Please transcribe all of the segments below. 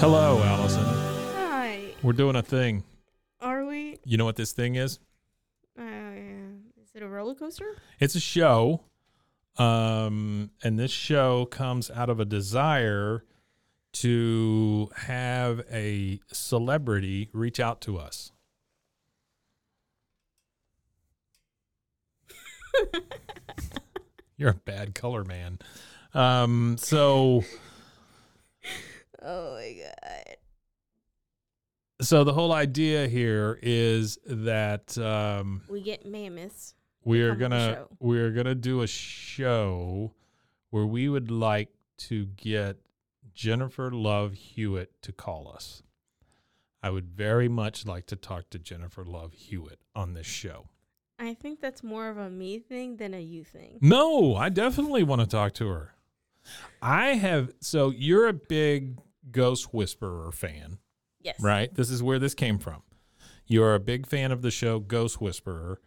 Hello, Allison. Hi. We're doing a thing. Are we? You know what this thing is? Uh, yeah. Is it a roller coaster? It's a show. Um, and this show comes out of a desire to have a celebrity reach out to us. You're a bad color man. Um, so Oh my god. so the whole idea here is that um We get mammoths. we are come up with a gonna show. we are gonna do a show where we would like to get Jennifer Love Hewitt to call us. I would very much like to talk to Jennifer Love Hewitt on this show. I think that's more of a me thing than a you thing. No, I definitely want to talk to her. I have so you're a big Ghost Whisperer fan. Yes. right? This is where this came from. You are a big fan of the show Ghost Whisperer,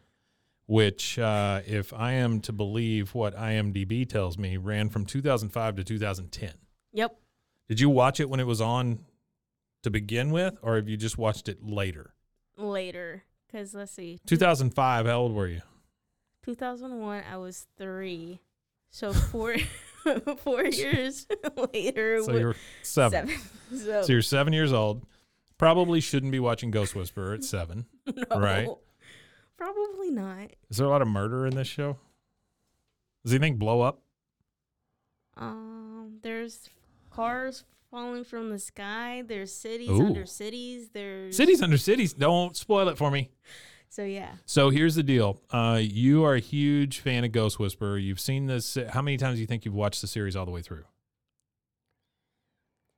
which, uh, if I am to believe what IMDb tells me, ran from 2005 to 2010. Yep. Did you watch it when it was on to begin with, or have you just watched it later? Later. Cause let's see. 2005, how old were you? 2001. I was three. So four. four years later. So we're- you were seven. So, So you're seven years old. Probably shouldn't be watching Ghost Whisperer at seven. no. right. Probably not. Is there a lot of murder in this show? Does anything blow up? Um. There's cars falling from the sky. There's cities Ooh. under cities. There's Cities under cities. Don't spoil it for me. So yeah. So here's the deal. Uh, you are a huge fan of Ghost Whisperer. You've seen this. How many times do you think you've watched the series all the way through?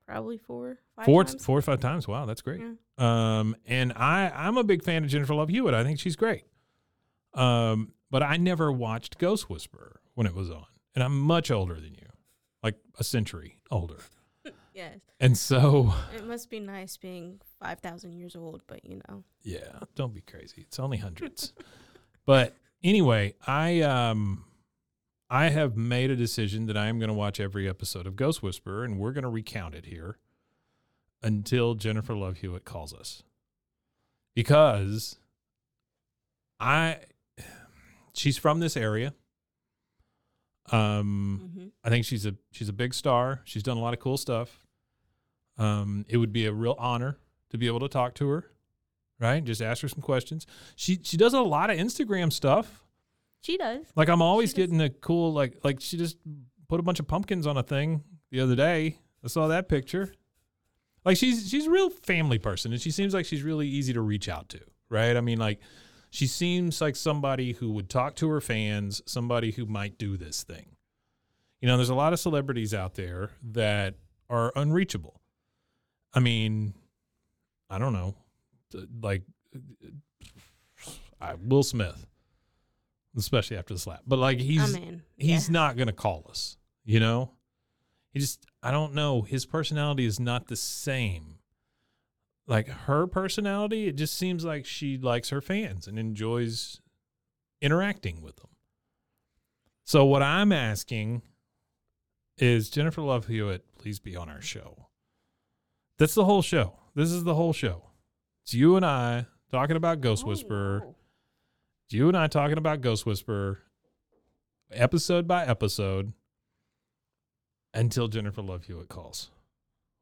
Probably four. Five four, times. four or five times. Wow, that's great. Yeah. Um, and I, I'm a big fan of Jennifer Love Hewitt. I think she's great. Um, but I never watched Ghost Whisperer when it was on, and I'm much older than you, like a century older. Yes. And so, It must be nice being 5,000 years old, but you know. Yeah, don't be crazy. It's only hundreds. but anyway, I um I have made a decision that I am going to watch every episode of Ghost Whisperer and we're going to recount it here until Jennifer Love Hewitt calls us. Because I she's from this area. Um Mm-hmm. I think she's a she's a big star. She's done a lot of cool stuff. Um, it would be a real honor to be able to talk to her, right? Just ask her some questions. She she does a lot of Instagram stuff. She does. Like I'm always She does. getting a cool like like she just put a bunch of pumpkins on a thing the other day. I saw that picture. Like she's she's a real family person and she seems like she's really easy to reach out to, right? I mean like she seems like somebody who would talk to her fans, somebody who might do this thing. You know, there's a lot of celebrities out there that are unreachable. I mean, I don't know. th- Like uh, I, uh, Will Smith, especially after the slap. But like he's I'm in. he's not going to call us, you know? He just, I don't know. His personality is not the same. Like her personality, it just seems like she likes her fans and enjoys interacting with them. So, what I'm asking is Jennifer Love Hewitt, please be on our show. That's the whole show. This is the whole show. It's you and I talking about Ghost Oh. Whisperer you and I talking about Ghost Whisperer episode by episode until Jennifer Love Hewitt calls.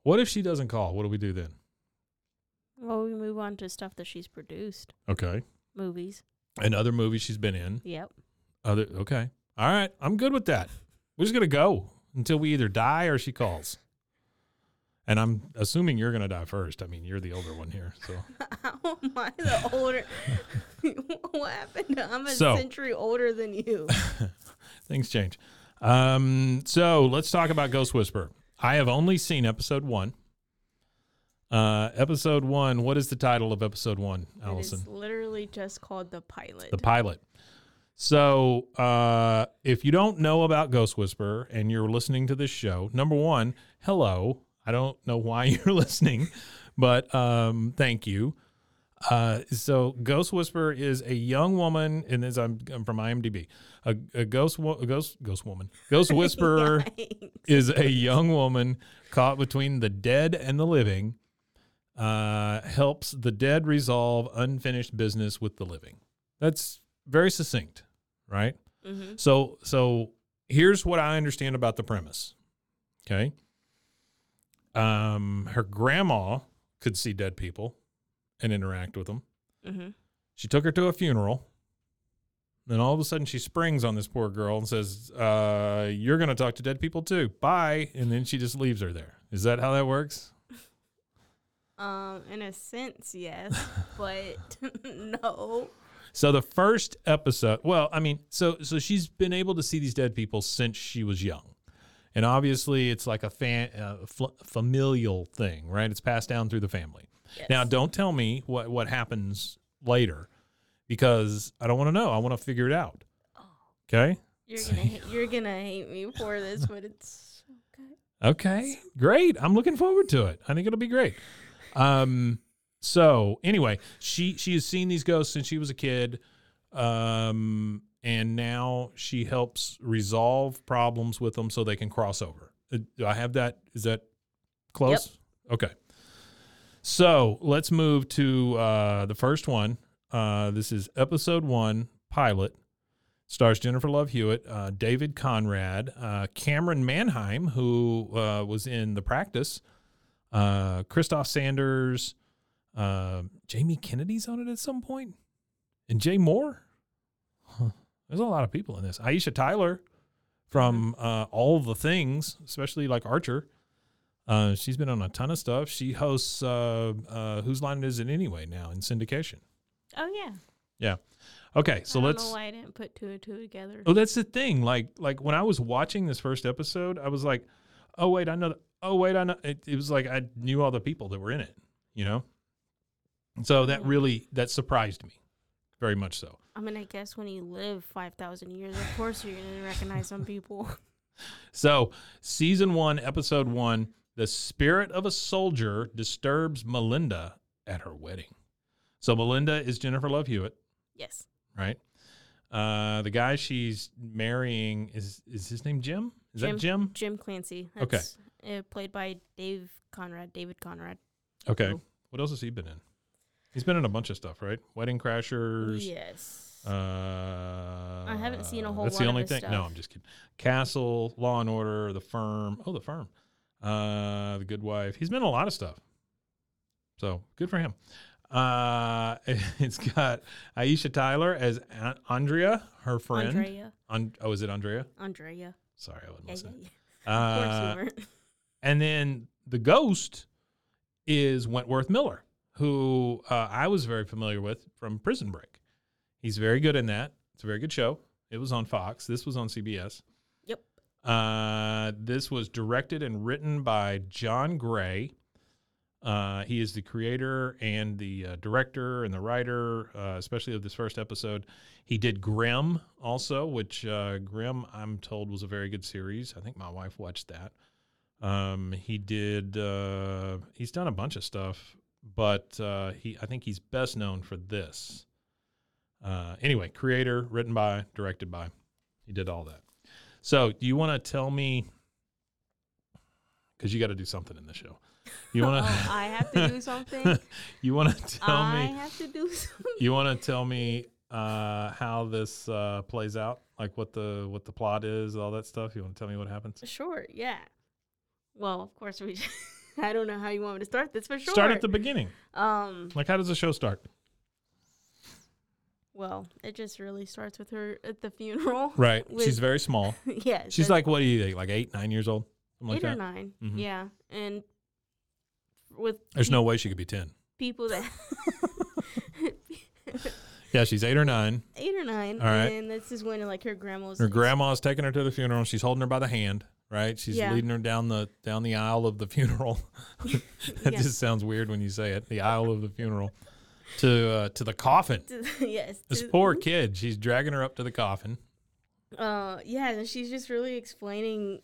What if she doesn't call? What do we do then? Well, we move on to stuff that she's produced. Okay. Movies. And other movies she's been in. Yep. Other okay. All right. I'm good with that. We're just gonna go until we either die or she calls. And I'm assuming you're gonna die first. I mean, you're the older one here, so How am I the older? what happened? I'm a So- century older than you. things change. Um, so let's talk about Ghost Whisperer. I have only seen episode one. Uh, episode one. What is the title of episode one, Allison? It is literally just called the pilot. the pilot. So, uh, if you don't know about Ghost Whisperer and you're listening to this show, number one, hello. I don't know why you're listening, but um, thank you. Uh, so, Ghost Whisperer is a young woman, and as I'm, I'm from IMDb, a, a ghost, wo- a ghost, ghost woman, Ghost Whisperer is a young woman caught between the dead and the living. Uh, helps the dead resolve unfinished business with the living. That's very succinct, right? hmm So, so here's what I understand about the premise. Okay. Um, her grandma could see dead people and interact with them. hmm She took her to a funeral. Then all of a sudden, she springs on this poor girl and says, uh, "You're going to talk to dead people too. Bye." And then she just leaves her there. Is that how that works? Um, in a sense, yes, but no. So the first episode, well, I mean, so so she's been able to see these dead people since she was young, and obviously it's like a fan, uh, fl- familial thing, right? It's passed down through the family. Yes. Now, don't tell me what what happens later, because I don't want to know. I want to figure it out. Okay. you're gonna hate, you're gonna hate me for this, but it's so good. Okay, great. I'm looking forward to it. I think it'll be great. Um, so anyway, she she has seen these ghosts since she was a kid, um, and now she helps resolve problems with them so they can cross over. Uh, Do I have that? Is that close? Okay. So let's move to uh, the first one. Uh, this is episode one pilot stars Jennifer Love Hewitt, uh, David Conrad, uh, Cameron Mannheim, who uh, was in The Practice, uh, Christoph Sanders, uh, Jamie Kennedy's on it at some point, and Jay Moore. Huh. There's a lot of people in this. Aisha Tyler from uh, All the Things, especially like Archer. Uh, she's been on a ton of stuff. She hosts uh, uh, Whose Line Is It Anyway now in syndication. Oh yeah. Yeah. Okay, so I don't let's. know why I didn't put two and two together. Oh, that's the thing. Like, like when I was watching this first episode, I was like, "Oh wait, I know." th- Oh wait, I know. It, it was like I knew all the people that were in it. You know, so that really that surprised me, very much so. I mean, I guess when you live five thousand years, of course you're gonna recognize some people. So, season one, episode one, the spirit of a soldier disturbs Melinda at her wedding. So Melinda is Jennifer Love Hewitt, yes. right? Uh, the guy she's marrying is is his name Jim? Is that Jim? Jim Clancy. Okay. Uh, played by Dave Conrad. David Conrad. Okay. So- What else has he been in? He's been in a bunch of stuff, right? Wedding Crashers. Yes. Uh, haven't seen a whole That's the lot of only his thing. No, stuff. I'm just kidding. Castle, Law and Order, The Firm. Oh, The Firm. Uh, the Good Wife. He's been in a lot of stuff. So good for him. Uh, it's got Aisha Tyler as An- Andrea, her friend. Andrea. An- oh, is it Andrea? Andrea. Sorry, I wasn't Yeah, yeah, listening. yeah. Of course Uh, you weren't. and then the ghost is Wentworth Miller, who uh, I was very familiar with from Prison Break. He's very good in that. It's a very good show. It was on Fox. This was on CBS. Yep. Uh, this was directed and written by John Gray. Uh, he is the creator and the uh, director and the writer, uh, especially of this first episode. He did Grimm also, which uh, Grimm, I'm told, was a very good series. I think my wife watched that. Um, he did. Uh, he's done a bunch of stuff, but uh, he I think he's best known for this. Uh, anyway, creator, written by, directed by, he did all that. So, do you want to tell me? Because you got to do something in the show. You want Oh, to? I have to do something. you want to tell I me? have to do something. You want to tell me uh, how this uh, plays out? Like what the what the plot is, all that stuff. You want to tell me what happens? Sure. Yeah. Well, of course we. I don't know how you want me to start this, but sure. Start at the beginning. Um. Like, how does the show start? Well, it just really starts with her at the funeral. Right. With, She's very small. yeah. it She's says like, what do you think? Like eight, nine years old? Something like eight or that. 9 Mhm. Yeah, and with There's no way she could be 10. people that Yeah, she's eight or nine. eight or nine, All right. and this is when like her grandma's Her grandma's taking her to the funeral. and She's holding her by the hand, right? She's Yeah. leading her down the down the aisle of the funeral. that Yeah. just sounds weird when you say it. The aisle of the funeral to uh, to the coffin. yes, This to- poor kid. She's dragging her up to the coffin. uh yeah and she's just really explaining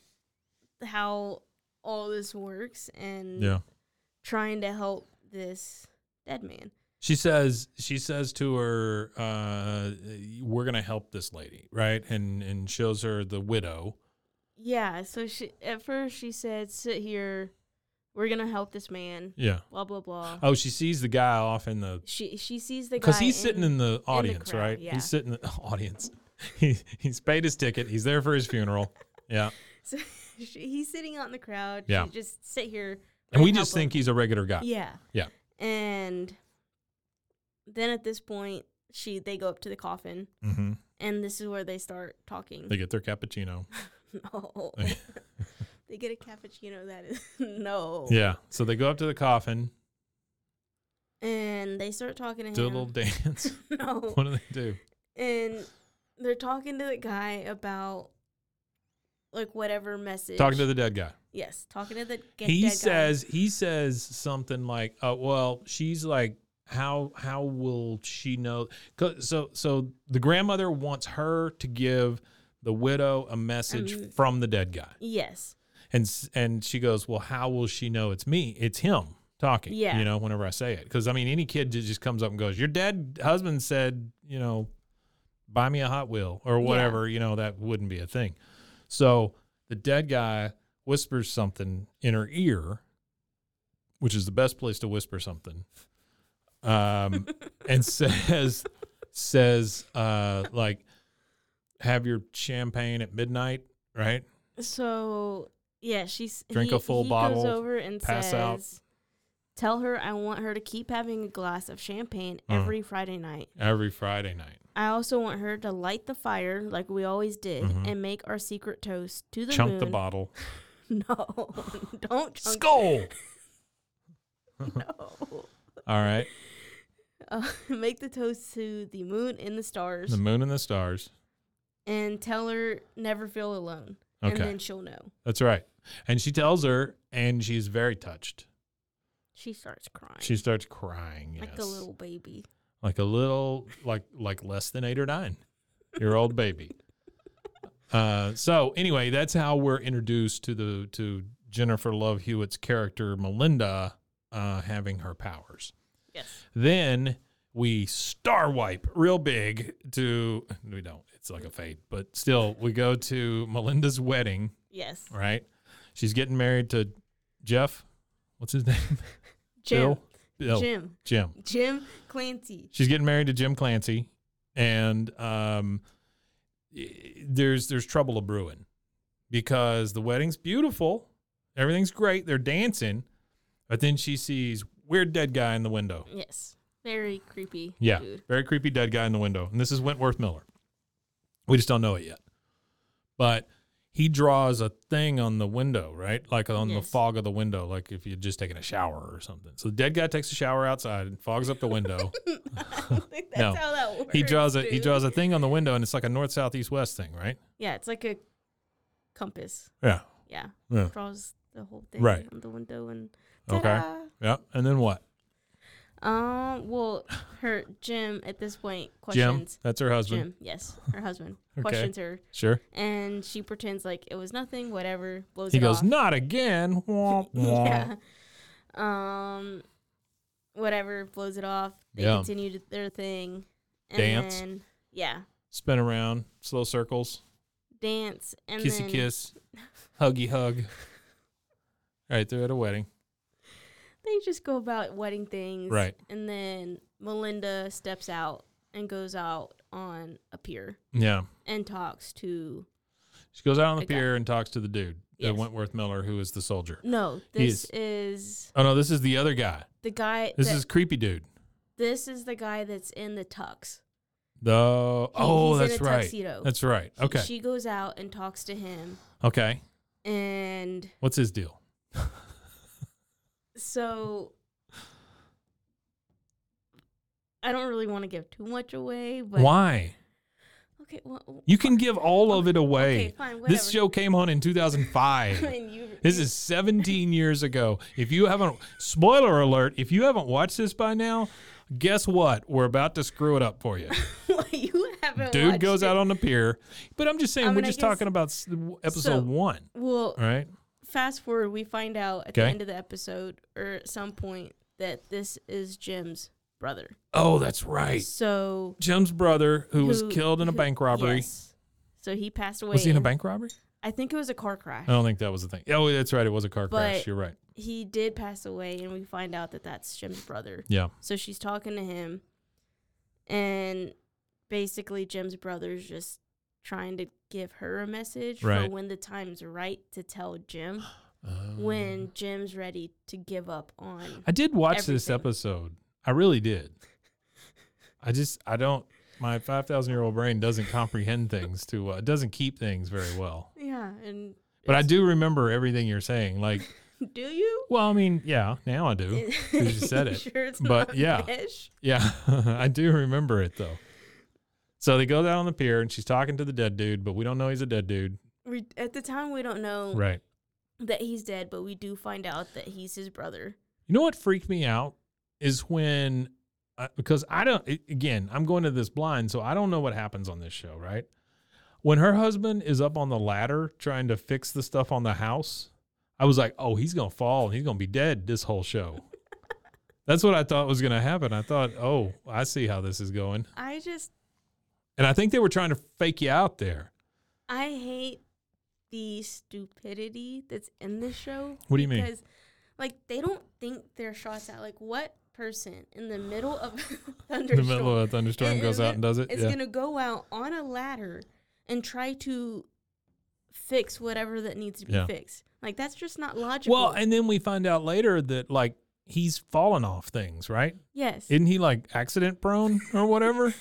how all this works and Yeah. trying to help this dead man She says she says to her, uh, "We're gonna help this lady, right?" And and shows her the widow. yeah so she at first she said sit here we're gonna help this man Yeah. blah blah blah Oh, she sees the guy off in the she she sees the guy because he's sitting in the crowd, audience, right? yeah. He's sitting in the audience. He he's paid his ticket. He's there for his funeral. Yeah, so she, he's sitting out in the crowd Yeah. she just sit here and we're we gonna just help him." think he's a regular guy. yeah Yeah. and then at this point she they go up to the coffin Mm-hmm. and this is where they start talking They get their cappuccino. No. they get a cappuccino that is no. Yeah, so they go up to the coffin, And they start talking to do a him. little dance. no. what do they do? And they're talking to the guy about like whatever message. Talking to the dead guy. yes, talking to the g- he dead guy. says he says something like, "Oh well, she's like, how how will she know?" 'Cause- So so the grandmother wants her to give the widow a message Um, from the dead guy, yes. and s- and she goes, "Well, how will she know it's me? It's him talking." Yeah. you know, whenever I say it, because I mean, any kid ju- just comes up and goes, "Your dead husband said, you know, buy me a Hot Wheel or whatever," you know, that wouldn't be a thing. So the dead guy whispers something in her ear, which is the best place to whisper something, um, and says says uh, like, "Have your champagne at midnight." Right? So yeah, she's Drink a he- full he bottle, Goes over and pass says, out. "Tell her I want her to keep having a glass of champagne Mm. every Friday night. Every Friday night. I also want her to light the fire like we always did Mhm. and make our secret toast to the chunk moon. the bottle. No, don't chunk. Skull. No. All right. Uh, make the toast to the moon and the stars, The moon and the stars. and tell her never feel alone, and Okay. then she'll know. That's right. And she tells her, and she's very touched. She starts crying She starts crying. Yes. like a little baby. like a little, like like less than eight or nine year old baby. Uh, so anyway, that's how we're introduced to the to Jennifer Love Hewitt's character Melinda uh, having her powers. Yes. Then we star wipe real big to we don't. It's like a fade, but still we go to Melinda's wedding, Yes. right? She's getting married to Jeff. What's his name? Jim. Bill. Bill. Jim. Jim. Jim Clancy. She's getting married to Jim Clancy, and um, i- there's there's trouble a brewing because the wedding's beautiful, everything's great, they're dancing, but then she sees weird dead guy in the window. Yes. Very creepy. Yeah, Dude. very creepy dead guy in the window. And this is Wentworth Miller. We just don't know it yet. But he draws a thing on the window, right? Like on the Yes. fog of the window, like if you're just taking a shower or something. So the dead guy takes a shower outside and fogs up the window. I don't think that's No. how that works. he draws a he dude. draws a thing on the window and it's like a north, south, east, west thing, right? Yeah, it's like a compass. Yeah. Yeah. Yeah. Draws the whole thing Right. on the window and Okay. ta-da. Yeah. And then what? Um. Well, her Jim at this point Jim. questions That's her Jim. husband. yes, her husband Okay. questions her, Sure. and she pretends like it was nothing. Whatever. Blows He it goes, off. Not again. Womp, womp. yeah. Um. Whatever. Blows it off. They Yeah. continue to their thing. And Dance. Then, yeah. Spin around, slow circles, Dance and kissy then kiss, huggy hug. All right, they're at a wedding. they just go about wedding things. Right. And then Melinda steps out and goes out on a pier Yeah. and talks to She goes out on the A guy. pier and talks to the dude, uh, Yes. Wentworth Miller, who is the soldier. no. He This is Oh no, this is the other guy. the guy This that- is creepy dude. this is the guy that's in the tux The oh, he's in that's a right. tuxedo. That's right. She- Okay. She goes out and talks to him, okay. and What's his deal? so I don't really want to give too much away, but Why? okay, well, You can give all of it away. okay, fine, whatever. this show came on in 2005. And you- this you- is 17 years ago. If you haven't spoiler alert, if you haven't watched this by now, guess what? We're about to screw it up for you. you haven't. Dude watched goes it. out on the pier. But I'm just saying I mean, we're I just guess- talking about s- w- episode so- 1, Well, right? fast forward, we find out at the Okay. end of the episode or at some point that this is Jim's brother. Oh, that's right. So Jim's brother who, was who- killed in a who- bank robbery. yes. So he passed away. Was he in a in- bank robbery? I think it was a car crash. I don't think that was the thing. Oh, that's right. It was a car crash. But- You're right. He did pass away, and we find out that that's Jim's brother. Yeah. So she's talking to him, and basically Jim's brother's just trying to give her a message for Right. Oh. when the time's right to tell Jim when Jim's ready to give up on. I did watch this everything. episode. I really did. I just I don't my 5000 year old brain doesn't comprehend things too well. It doesn't keep things very well. Yeah, and But I do remember everything you're saying. Like, do you? well, I mean, yeah, now I do. 'cause you said it. sure it's But not yeah. fish? Yeah, I do remember it though. So they go down on the pier and she's talking to the dead dude, but we don't know he's a dead dude. We, at the time we don't know Right. that he's dead, but we do find out that he's his brother. You know what freaked me out is when, uh, because I don't, a- again, I'm going to this blind, so I don't know what happens on this show, right? When her husband is up on the ladder trying to fix the stuff on the house, I was like, oh, he's going to fall and he's going to be dead this whole show. That's what I thought was going to happen. I thought, oh, I see how this is going. I just And I think they were trying to fake you out there. I hate the stupidity that's in this show. What do you mean? Because like they don't think their shots out. Like what person in the middle of a In the thunderstorm middle of a thunderstorm and- goes out and does it. It's yeah. gonna go out on a ladder and try to fix whatever that needs to be Yeah. fixed. Like that's just not logical. Well, and then we find out later that, like, he's fallen off things, right? yes, Isn't he like accident prone or whatever?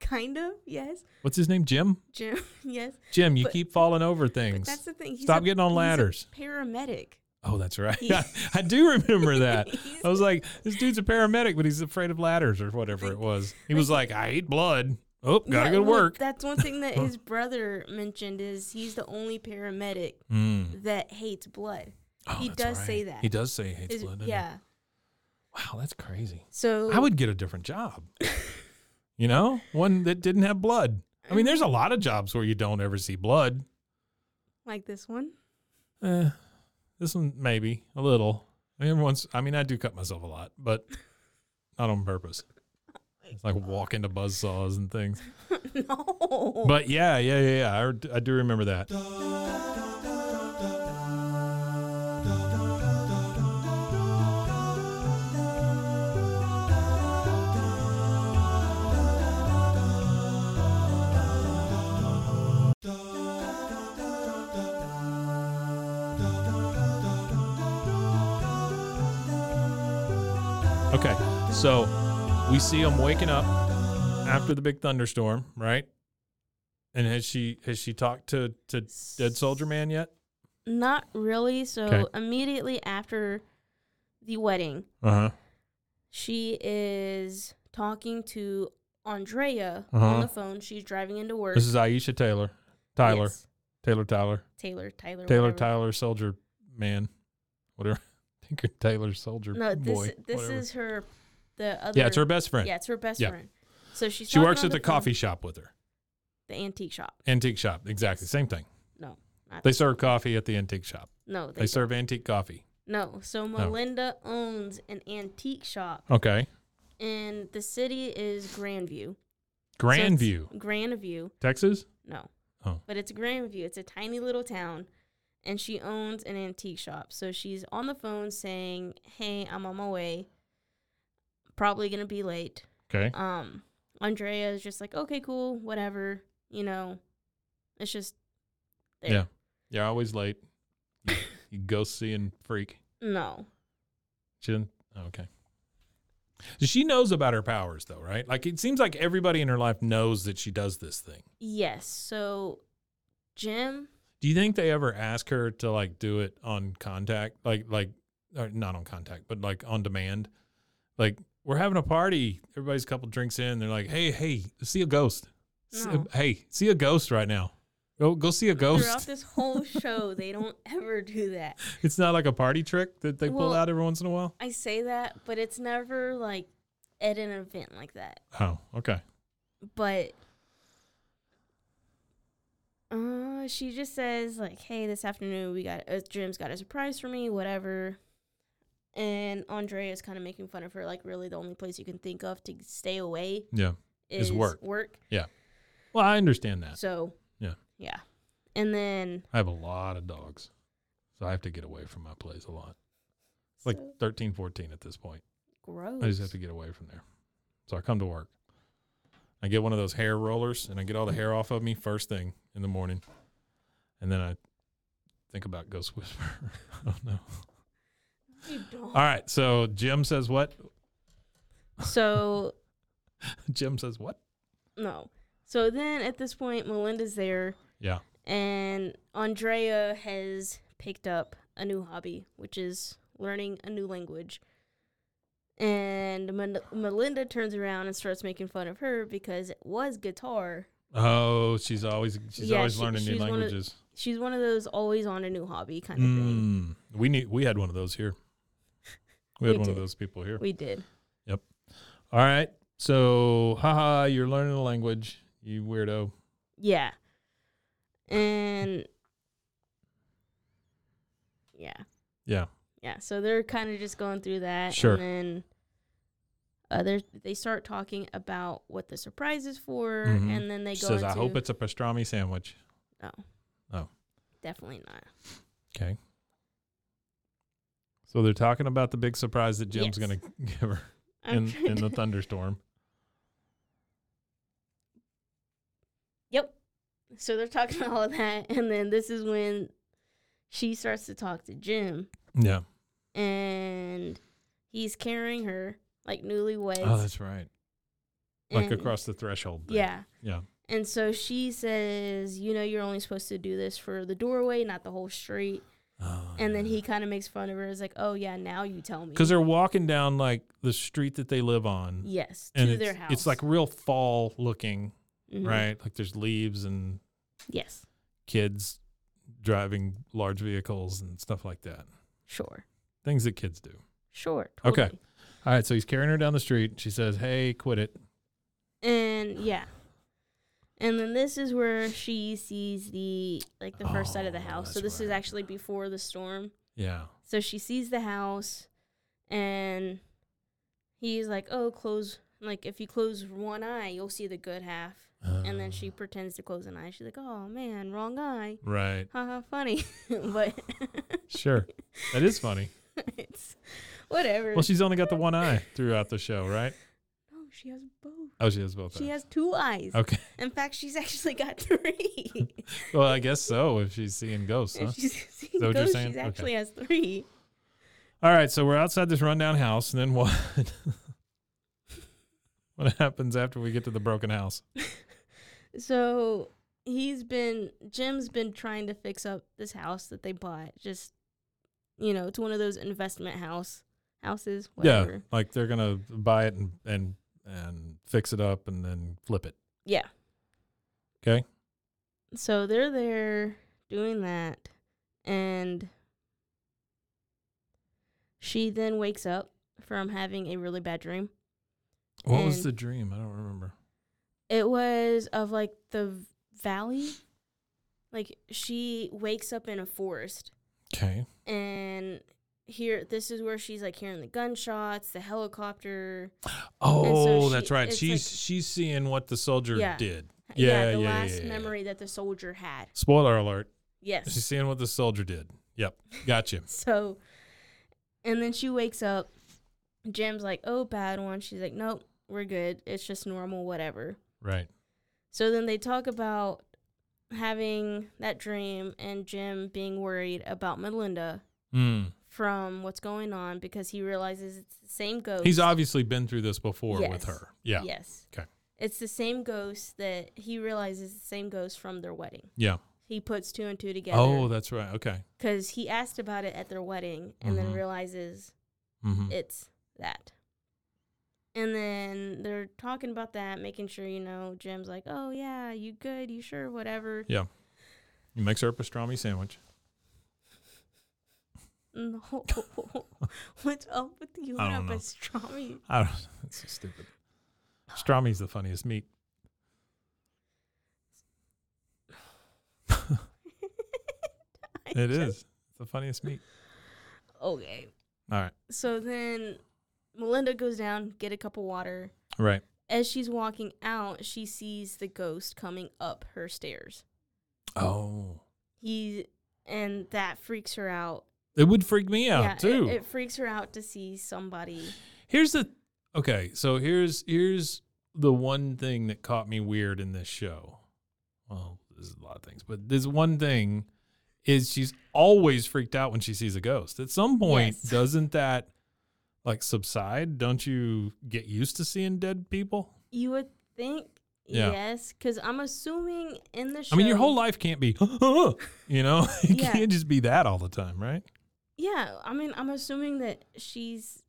kind of yes, What's his name? Jim? Jim. Yes, Jim, you But- keep falling over but things. that's the thing. He's Stop getting on he's a ladders. paramedic. oh, that's right. He- I, I do remember that. He's- I was like, this dude's a paramedic, but he's afraid of ladders or whatever it was. He was like, I hate blood. Oh, gotta Yeah, go to well, work. That's one thing that his brother mentioned is he's the only paramedic Mm. that hates blood. Oh, he that's does right. say that. He does say he hates Is- blood. doesn't he? yeah. Wow, that's crazy. So I would get a different job. you know, one that didn't have blood. I mean, there's a lot of jobs where you don't ever see blood. like this one. Eh, this one maybe a little. I mean, once I mean, I do cut myself a lot, but not on purpose. It's like walk into buzz saws and things. no. But yeah, yeah, yeah, yeah. I, re- I do remember that. Okay, so we see him waking up after the big thunderstorm, right? And has she has she talked to to Dead Soldier Man yet? Not really. So Okay. immediately after the wedding, Uh huh. she is talking to Andrea Uh-huh. on the phone. She's driving into work. This is Aisha Taylor, Tyler, Yes. Taylor, Tyler, Taylor. Tyler. Taylor, whatever. Tyler, Soldier Man, whatever. Tinker Taylor, Soldier No, this Boy. this whatever. is her. The other. yeah, it's her best friend. Yeah, it's her best Yeah. friend. So she's she talking works on at the, phone, coffee shop with her, the antique shop. antique shop. Exactly, same thing. No, not They serve coffee at the antique shop. no. They, Oh. serve antique coffee. No, so Melinda owns an antique shop, Okay, and the city is Grandview. So it's Grandview, Grandview, Texas. no. Oh. But it's Grandview. It's a tiny little town, and she owns an antique shop. So she's on the phone saying, "Hey, I'm on my way. Probably gonna be late." Okay, Um, Andrea is just like, "Okay, cool, whatever. You know, it's just there." Yeah. you're always late. You, you go see and freak. No. She didn't. oh, okay. She knows about her powers though, right? Like it seems like everybody in her life knows that she does this thing. Yes. So Jim, Do you think they ever ask her to like do it on contact, like like or not on contact, but like on demand? Like we're having a party, everybody's a couple drinks in, they're like, "Hey, hey, see a ghost. See a- No. hey, see a ghost right now. Go go see a throughout ghost." this whole show, they don't ever do that. It's not like a party trick that they pull Well- out every once in a while. I say that, but it's never like at an event like that. Oh, okay. But uh, she just says like, "Hey, this afternoon we got uh, Jim's got a surprise for me, whatever." And Andrea is kind of making fun of her, like, really the only place you can think of to stay away Yeah. is, Is work. Work. Well, I understand that. So Yeah. yeah. And then I have a lot of dogs. So I have to get away from my place a lot. It's like so thirteen, fourteen at this point. gross. I just have to get away from there. So I come to work. I get one of those hair rollers and I get all the hair off of me first thing in the morning. And then I think about Ghost Whisperer. I don't know. You don't. All right. So Jim says what? So Jim says what? no. So then at this point, Melinda's there, Yeah. and Andrea has picked up a new hobby, which is learning a new language. And Mel- Melinda turns around and starts making fun of her because it was guitar. Oh, she's always she's Yeah, always she- learning new she's one of- languages. She's one of those always on a new hobby kind of thing. Mm, we need we had one of those here. We had We one of did. those people here. We did. All right. So, haha, you're learning a language, you weirdo. Yeah. And yeah. Yeah. Yeah, so they're kind of just going through that. Sure. And then uh, they're- they start talking about what the surprise is for, Mhm. and then they She go says, into I hope it's a pastrami sandwich. definitely not. Okay. So they're talking about the big surprise that Jim's Yes. going to give her I'm in, trying in the to- thunderstorm. yep. So they're talking all of that, and then this is when she starts to talk to Jim, Yeah. and he's carrying her like newlyweds, Oh, that's right. Like and- across the threshold. thing. Yeah. Yeah. And so she says, you know, you're only supposed to do this for the doorway, not the whole street. Oh, And then he kind of makes fun of her. Is like, oh yeah, now you tell me. Because they're walking down like the street that they live on. yes, And to it's, their house. it's like real fall looking, Mhm. right? Like there's leaves and Yes, kids driving large vehicles and stuff like that. sure, Things that kids do. sure. Okay. Totally. All right, so he's carrying her down the street. She says, "Hey, quit it." And yeah, and then this is where she sees the like the first side of the Oh, house. So that's this is right. actually before the storm. Yeah. So she sees the house, and he's like, oh, close. Like if you close one eye, you'll see the good half. And then she pretends to close an eye. She's like, oh man, wrong eye. Right. Haha, funny. but Sure. that is funny. it's whatever. Well, she's only got the one eye throughout the show, right? No, she has both. Oh, she has both. She eyes. has two eyes. Okay. In fact, she's actually got three. Well, I guess so if she's seeing ghosts, huh? If she's seen what you're ghosts, saying? she's Okay. actually has three. All right, so we're outside this rundown house, and then what? what happens after we get to the broken house? So he's been Jim's been trying to fix up this house that they bought. Just you know, it's one of those investment house houses. Yeah, Whatever. like they're gonna buy it and and and fix it up and then flip it. Yeah. Okay. So they're there doing that, and she then wakes up from having a really bad dream. What was And- the dream? I don't remember. It was of like the v- valley. Like she wakes up in a forest Okay. and here this is where she's like hearing the gunshots, the helicopter. Oh, she- that's right. it's She's like- she's seeing what the soldier Yeah. did. Yeah, yeah, the yeah, last yeah, yeah. memory that the soldier had. Spoiler alert. She's Yes. seeing what the soldier did. Yep. Gotcha. So and then she wakes up. Jim's like, "Oh, bad one." She's like, "Nope, we're good. It's just normal whatever." right. So then they talk about having that dream and Jim being worried about Melinda Mm. from what's going on because he realizes it's the same ghost. He's obviously been through this before with Yes. her. Yeah. Yeah. Yes. Okay. It's the same ghost that he realizes the same ghost from their wedding. He puts two and two Oh, together that's right. Okay. because he asked about it at their wedding and then Mhm. realizes hmm it's that. And then they're talking about that, making sure, you know, Jim's like, oh, yeah, you good, you sure, whatever. Yeah. He makes her a pastrami sandwich. No. What's up with you I and a don't know. pastrami? I don't That's so stupid. Pastrami's the funniest meat. It is. It's the funniest meat. Okay. All right. So then Melinda goes down, get a cup of water. Right. As she's walking out, she sees the ghost coming up her stairs. Oh. He and that freaks her out. It would freak me out it- too. It, freaks her out to see somebody. here's the okay so here's here's the one thing that caught me weird in this show well there's a lot of things but this one thing is she's always freaked out when she sees a ghost at some point Yes. doesn't that like subside don't you get used to seeing dead people You would think Yeah. yes, because I'm assuming in the show. i mean your whole life can't be you know it Yeah. can't just be that all the time right Yeah, I mean, I'm assuming that she's.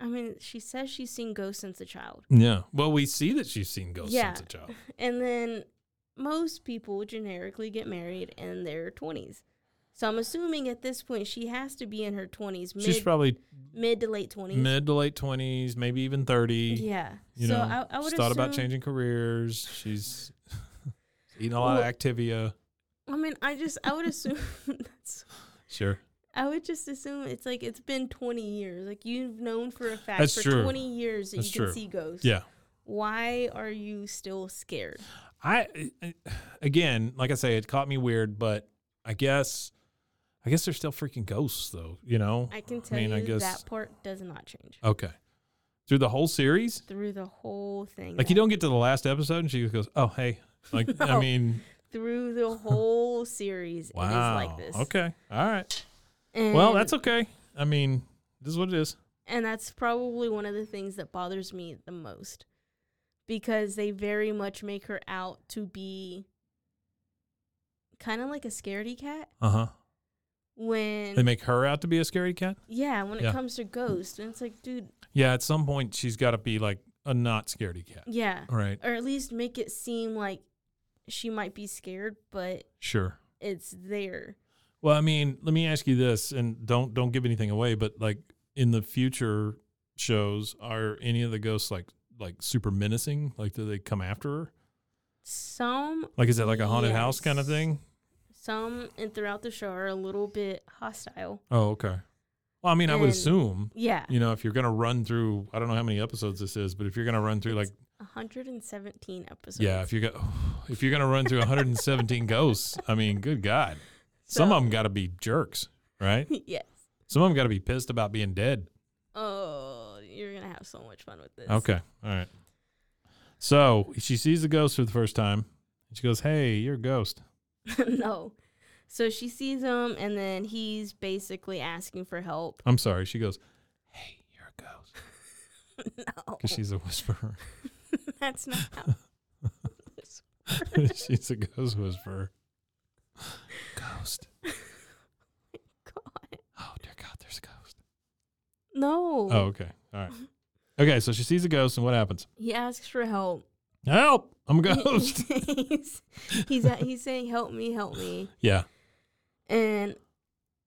I mean, she says she's seen ghosts since a child, yeah well we see that she's seen ghosts Yeah. since a child and then most people generically get married in their 20s. So I'm assuming at this point she has to be in her 20s, mid she's probably mid to late 20s. mid to late 20s maybe even 30 yeah. You so know, I, I would she's thought about assume- changing careers. She's eating a lot Well- of Activia. I mean, I just I would assume that's Sure, I would just assume it's like it's been 20 years. Like you've known for a fact That's for true. 20 years that That's you can true. see ghosts. yeah. Why are you still scared? I, I again, like I say, it caught me weird, but I guess, I guess they're still freaking ghosts, though. You know, I can tell mean, I you guess- that part does not change okay, through the whole series, through the whole like thing. that- you don't get to the last episode and she just goes, "Oh, hey." Like I No. mean, through the whole series it is wow. like this. Okay, all right. And, Well, that's okay. I mean, this is what it is. and that's probably one of the things that bothers me the most because they very much make her out to be kind of like a scaredy cat Uh huh. when They make her out to be a scary cat. Yeah, when it Yeah. comes to ghosts, and it's like, dude, Yeah, at some point she's got to be like a not scaredy cat. yeah, All right. or at least make it seem like she might be scared, but Sure. it's there. Well, I mean, let me ask you this, and don't don't give anything away, but like in the future shows, are any of the ghosts like like super menacing? Like, do they come after her? Some, Like, is it like a haunted house kind of Yes. thing? some, and throughout the show are a little bit hostile. Oh, okay. Well, I mean, I would And- assume Yeah, you know if you're gonna run through, I don't know how many episodes this is, but if you're gonna run through like 117 episodes. yeah, if you go if you're gonna run through 117 ghosts, I mean, good God, some of them got to be jerks, right? yes. Some of them got to be pissed about being dead. Oh, you're gonna have so much fun with this. Okay. All right. So she sees the ghost for the first time. She goes, Hey, you're a ghost. no. So she sees him, and then he's basically asking for help. I'm sorry. She goes, Hey, you're a ghost. No, Because she's a whisperer. that's not how. she's a ghost whisperer. Ghost. God. Oh, dear God, there's a ghost. No. Oh, okay. All right. Okay. So she sees a ghost, and what happens? He asks for help. Help. I'm a He- ghost. he's he's, at, he's saying, "Help me, help me!" yeah. And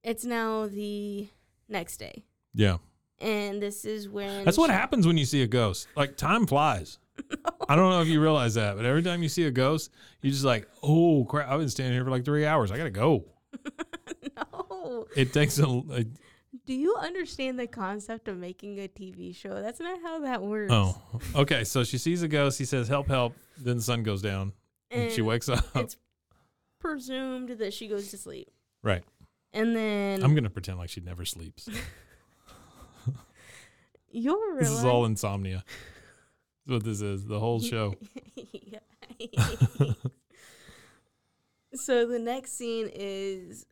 it's now the next day, Yeah. and this is when That's what she- happens when you see a ghost. Like, time flies. I don't know if you realize that, but every time you see a ghost, you're just like, oh, crap. I've been standing here for like three hours. I got to go. No, It takes a. a do you understand the concept of making a TV show? That's not how that works. oh, okay. So she sees a ghost. He says, "Help! Help!" Then the sun goes down, and, she And wakes up. It's presumed that she goes to sleep, Right. and then I'm gonna pretend like she never sleeps. you'll realize. This is all insomnia. That's what this is. The whole show. so the next scene is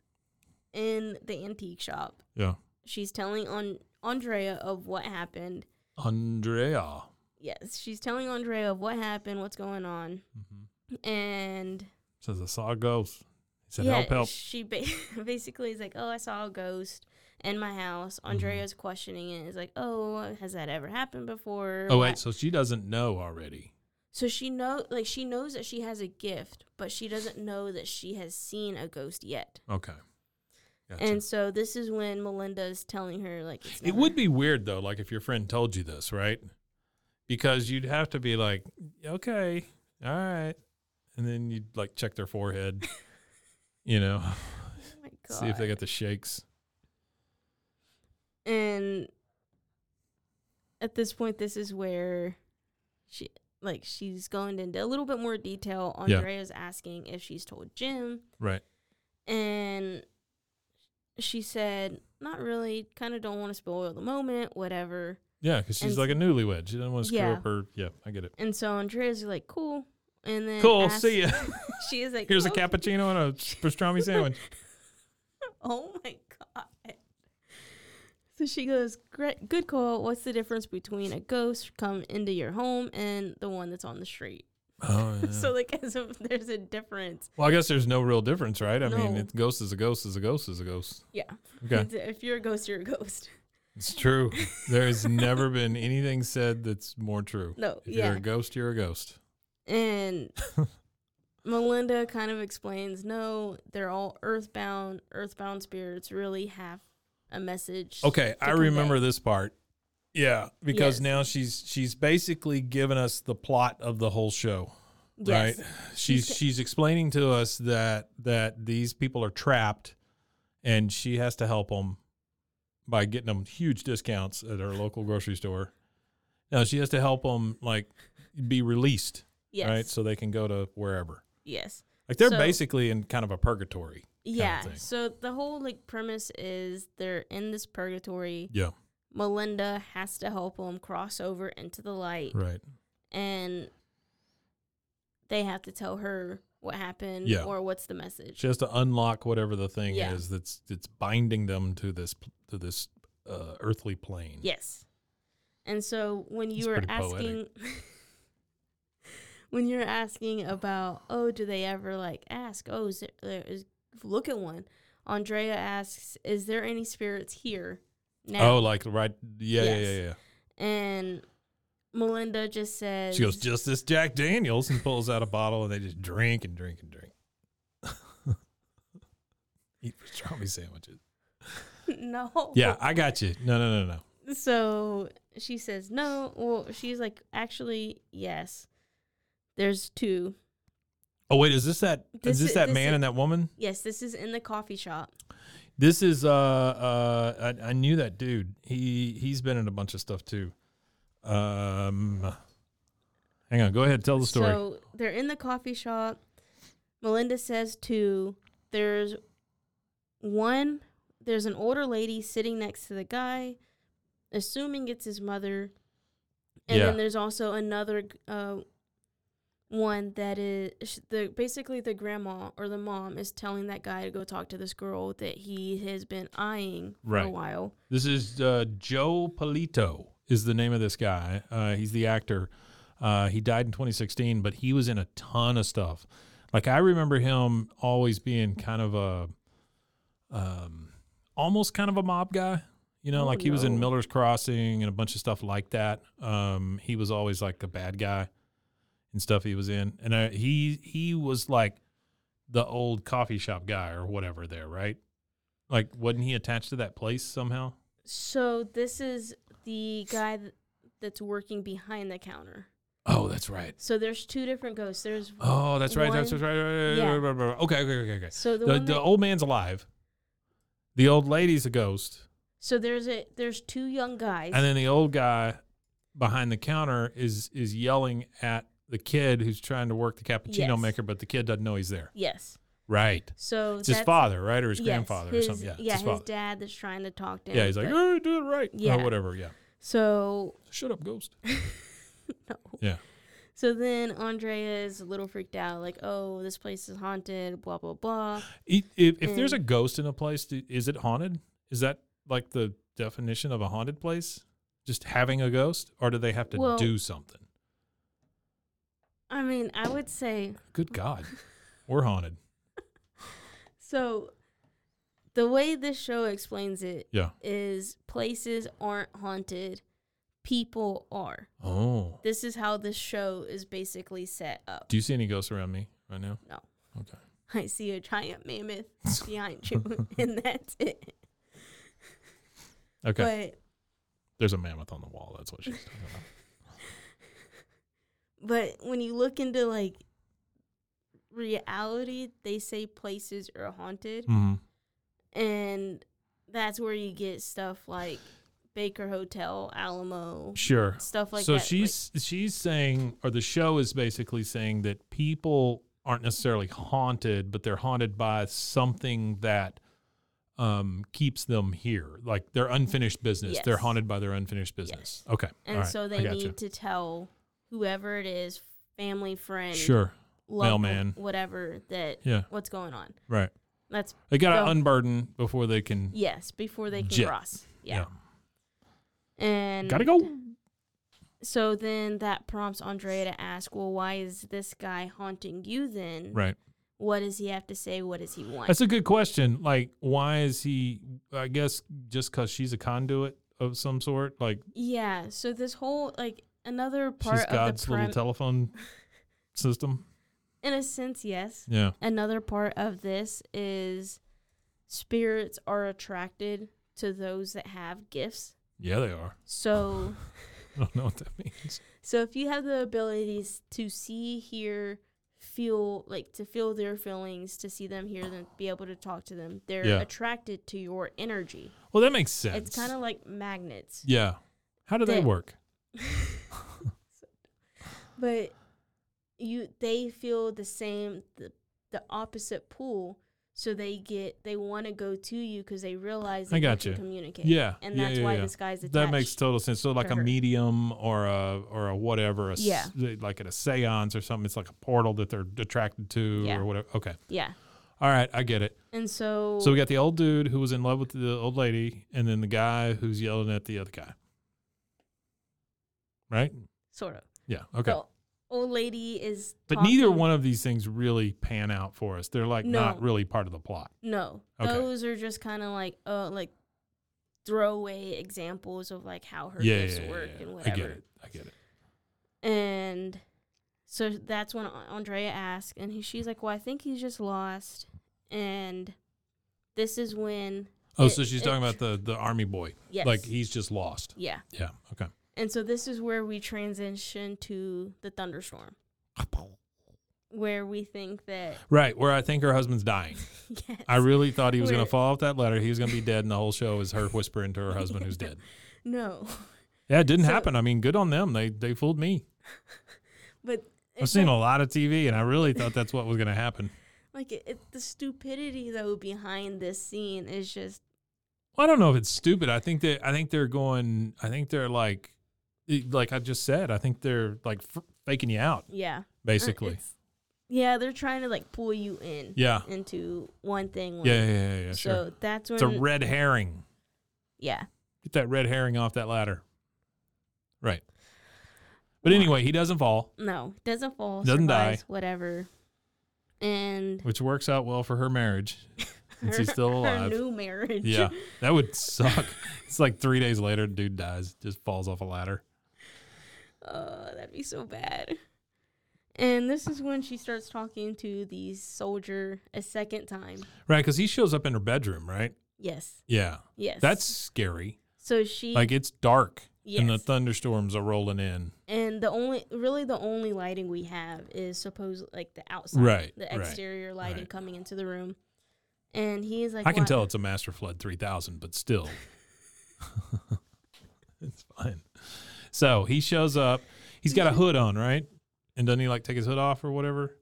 in the antique shop. Yeah. She's telling on Andrea of what happened. Andrea. Yes, she's telling Andrea of what happened, what's going on, hmm and Says, I saw a ghost. He said, help, help. She ba- basically is like, "Oh, I saw a ghost in my house." Mm-hmm. Andrea's questioning it. Is like, "Oh, has that ever happened before?" oh, Why- wait. So she doesn't know already. So she know like she knows that she has a gift, but she doesn't know that she has seen a ghost yet. Okay. Gotcha. And so this is when Melinda is telling her like it's It never- would be weird though, like if your friend told you this, right? Because you'd have to be like, okay, all right, and then you'd like check their forehead, you know, oh my God. see if they got the shakes. and at this point this is where she like she's going into a little bit more detail. Yeah. Andrea's asking if she's told Jim Right. and she said, Not really, kinda don't want to spoil the moment, whatever. Yeah, because she's And- like a newlywed. She doesn't want to screw Yeah. up her. Yeah, I get it. And so Andrea's like, Cool. And then Cool. asks- See ya. She is like, "Oh, Here's a "Okay." cappuccino and a pastrami sandwich. Oh my god. So she goes, Great, good call. What's the difference between a ghost come into your home and the one that's on the street? Oh, yeah. So like, as if there's a difference. well, I guess there's no real difference, right? I mean, No. it, ghost is a ghost is a ghost is a ghost. Yeah. Okay, It's- If you're a ghost, you're a ghost. it's true. There's never been anything said that's more true. No. If yeah. you're a ghost, you're a ghost. And Melinda kind of explains, no, they're all earthbound. Earthbound spirits really have a message. Okay, to I convey. remember this part. Yeah, because Yes. now she's she's basically given us the plot of the whole show, Yes. right? She's She's- she's explaining to us that that these people are trapped, and she has to help them by getting them huge discounts at her local grocery store. Now she has to help them like be released, Yes. right? So they can go to wherever. Yes. Like they're So- basically in kind of a purgatory. of Yeah. thing. So the whole like premise is they're in this purgatory. Yeah, Melinda has to help them cross over into the light, right. and they have to tell her what happened Yeah. or what's the message. She has to unlock whatever the thing Yeah. is that's that's binding them to this pl- to this uh, earthly plane. Yes. And so when you It's were pretty asking poetic. when you're asking about, oh, do they ever like ask, oh, is there is look at one. Andrea asks, is there any spirits here now? Oh, like right? Yeah, yeah, yeah, Yes. And Melinda just yeah. says She goes just this Jack Daniels and pulls out a bottle and they just drink and drink and drink. Eat pastrami sandwiches. No. Yeah, I got you. No, no, no, no. So she says no. Well, she's like, actually, yes. There's two. Oh wait, is this that? Is This this i- that this man i- and that woman? Yes, this is in the coffee shop. This is uh uh I, I knew that dude. He he's been in a bunch of stuff too. Um, hang on. Go ahead. Tell the story. So they're in the coffee shop. Melinda says two. There's one. There's an older lady sitting next to the guy, assuming it's his mother. And Yeah. then there's also another uh, one that is sh- the basically the grandma or the mom is telling that guy to go talk to this girl that he has been eyeing for Right. a while. This is uh, Joe Polito is the name of this guy. Uh, he's the actor. Uh, he died in 2016, but he was in a ton of stuff. Like I remember him always being kind of a, um, almost kind of a mob guy. You know, Oh, like he was in no. Miller's Crossing and a bunch of stuff like that. Um, he was always like the bad guy and stuff he was in, and uh, he he was like the old coffee shop guy or whatever there, right? Like, wasn't he attached to that place somehow? So this is the guy th- that's working behind the counter. Oh, that's right. So there's two different ghosts. There's Oh, that's right. That's right. One- right, right, right, yeah. right, right, right. Okay, okay, okay, okay. so the, The, one the that- old man's alive. The old lady's a ghost, so there's a there's two young guys. and then the old guy behind the counter is is yelling at the kid who's trying to work the cappuccino Yes. maker, but the kid doesn't know he's there. yes. Right. So It's his that's- father, right, or his yes, grandfather his- or something. Yeah, it's yeah, his his, father. dad that's trying to talk to him. yeah, he's like, but- oh, do it right. Yeah. or whatever. Yeah, so shut up, ghost. no. Yeah. So then Andrea is a little freaked out, like, oh, this place is haunted, blah blah blah. I- If, if there's Mm. a ghost in a place, do- is it haunted? Is that like the definition of a haunted place? Just having a ghost, or do they have to Well- do something? I mean, I would say Good God, we're haunted. so. The way this show explains it Yeah. is places aren't haunted, people are. Oh, This is how this show is basically set up. do you see any ghosts around me right now? No. Okay. I see a giant mammoth behind you, and that's it. Okay. But There's a mammoth on the wall. That's what she's talking about. but when you look into like reality, they say places are haunted, hmm and that's where you get stuff like Baker Hotel, Alamo, Sure. stuff like so that. like- she's she's saying, or the show is basically saying that people aren't necessarily haunted, but they're haunted by something that um, keeps them here, like their unfinished business. They're Yes. haunted by their unfinished business. Okay, and all right, so I they gotcha. need to tell whoever it is, family, friend, Sure, loved one, mailman. whatever that Yeah. what's going on. right. That's They got to So- unburden before they can. yes before they can Jet. cross. Yeah, and gotta go. So then that prompts Andrea to ask, well, why is this guy haunting you then? Right. What does he have to say? What does he want? That's a good question. Like, why is he? I guess just because she's a conduit of some sort. Like, yeah. So this whole, like, another part she's of God's the little premise, telephone system. in a sense, yes. Yeah. Another part of this is spirits are attracted to those that have gifts. Yeah, they are. So, I don't know what that means. so if you have the abilities to see, hear, feel, like to feel their feelings, to see them, hear them, be able to talk to them, they're Yeah. attracted to your energy. Well, that makes sense. It's kind of like magnets. yeah. How do they That- work? But you they feel the same the, the opposite pull, so they get they want to go to you cuz they realize I that got you you. can communicate. Yeah, And yeah, that's yeah, why yeah. this guy's attached. That makes total sense. So, like a her. medium or a or a whatever, a s- Yeah. like at a séance or something. It's like a portal that they're attracted to Yeah. or whatever. Okay, Yeah. all right, I get it. And so, So we got the old dude who was in love with the old lady, and then the guy who's yelling at the other guy. Right? sort of. Yeah. Okay. The old lady is but neither talking- one of these things really pan out for us. They're like not No. really part of the plot. No. Okay. Those are just kind of like uh like throwaway examples of like how her yeah, gifts yeah, yeah, work yeah. and I whatever. get it. I get it. And so that's when A- Andrea asks, and he, she's like, "Well, I think he's just lost." And this is when Oh, it- so she's it talking tr- about the the army boy. yes, Like he's just lost. yeah. Yeah. Okay. And so this is where we transition to the thunderstorm, where we think that Right, where I think her husband's dying. yes, I really thought he was going Where- to fall off that ladder. He was going to be dead, and the whole show is her whispering to her husband who's dead. no, Yeah, it didn't So- happen. I mean, good on them. They they fooled me. but I've it's seen like, a lot of TV, and I really thought that's what was going to happen. like it, it, the stupidity though behind this scene is just Well, I don't know if it's stupid. I think that I think they're going. I think they're like, like I just said. I think they're like f- faking you out, yeah, basically. It's- yeah, they're trying to like pull you in Yeah. into one thing. Yeah, yeah, yeah, yeah. Sure. So that's when it's a red herring. yeah. Get that red herring off that ladder. Right. But anyway, he doesn't fall, No, doesn't fall. Doesn't survives, die. Whatever. And which works out well for her marriage. Since he's her- still Her alive. new marriage. Yeah. That would suck. it's like three days later, dude dies, just falls off a ladder. Oh, that'd be so bad. And this is when she starts talking to the soldier a second time. Right. Cause he shows up in her bedroom, right? Yes. Yeah. Yes. That's scary. so she Like it's dark and the Yes. thunderstorms are rolling in. and the only really the only lighting we have is supposed like the outside, Right, the right, exterior lighting right. coming into the room. And he is like, I can "Why- tell it's a Master Flood 3000, but still. it's fine. So he shows up. He's got a hood on, right? And doesn't he like take his hood off or whatever?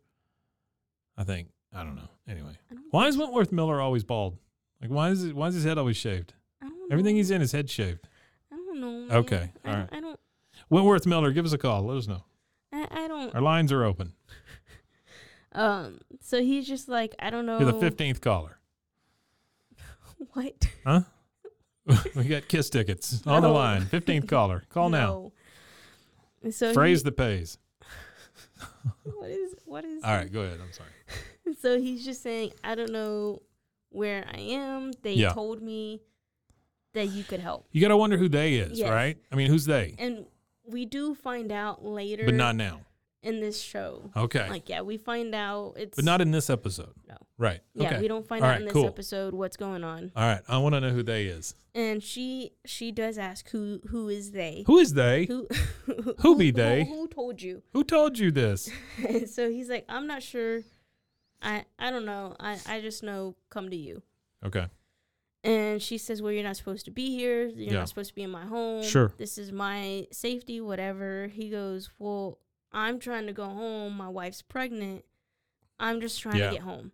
I think. I don't know. Anyway. I don't- Why is Wentworth Miller always bald? Like why is it, why is his head always shaved? I don't Everything know. he's in is head shaved. I don't know. man. Okay, I, all don't- right. I don't. Wentworth Miller, give us a call. Let us know. I, I don't. Our lines are open. Um, so he's Oh. just like, I don't know You're the fifteenth caller. what. Huh? we got kiss tickets on the No. line. Fifteenth caller, call now. No. And So he- Phrase that pays. what is what is All right, go ahead. I'm sorry. so he's just saying, I don't know where I am. They Yeah. told me that you could help. You got to wonder who they is, Yes. right? I mean, who's they? And we do find out later But not now. in this show. Okay. Like yeah, we find out it's but not in this episode. no. Right. Yeah, okay. we don't find All out right, in this cool. episode what's going on. All right. I want to know who they is. And she she does ask who who is they? Who is they? Who, Who Who be they? Who, told you? told you this? so he's like, I'm not sure. I I don't know. I I just know come to you. Okay. And she says, Well, you're not supposed to be here. You're Yeah. not supposed to be in my home. Sure. This is my safety, whatever. He goes, Well, I'm trying to go home. My wife's pregnant. I'm just trying Yeah. to get home.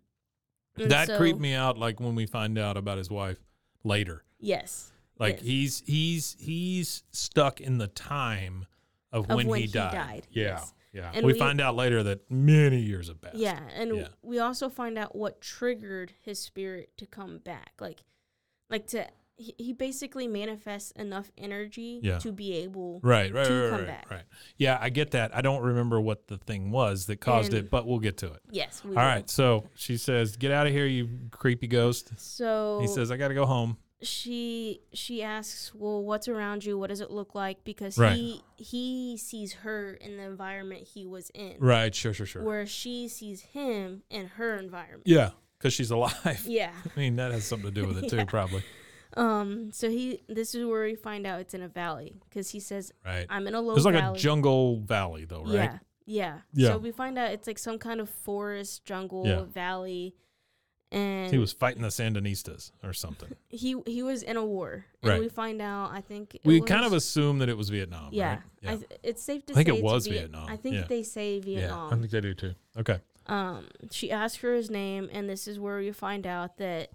And That so- creeped me out. Like when we find out about his wife later. Yes. Like Yes. he's he's he's stuck in the time of, Of when, when he he died. died, Yeah. yes. Yeah. And we, we- find out later that many years have passed. Yeah. And Yeah. we also find out what triggered his spirit to come back. Like, like to, he, he basically manifests enough energy Yeah. to be able. Right, right, to right, come right, back. right. Yeah, I get that. I don't remember what the thing was that caused And- it, but we'll get to it. Yes. We All right, so she says, "Get out of here, you creepy ghost." So He says, "I got to go home." she she asks, "Well, what's around you? What does it look like?" Because Right. he he sees her in the environment he was in, Right, sure, sure, sure. where she sees him in her environment. yeah, because she's alive. Yeah. I mean, that has something to do with it too, Yeah. probably. Um. So he this is where we find out it's in a valley because he says, Right. "I'm in a low There's like valley." a jungle valley, though, right? Yeah. Yeah. Yeah. So we find out it's like some kind of forest, jungle, Yeah. valley, and He was fighting the Sandinistas or something. he he was in a war, and Right. we find out I think it we was, kind of assume that it was Vietnam. Yeah, right? I th- it's safe to. I think say it it's was Viet- Vietnam, I think yeah. they say I Vietnam. think they do too. Okay. um, she asks for his name, and this is where you find out that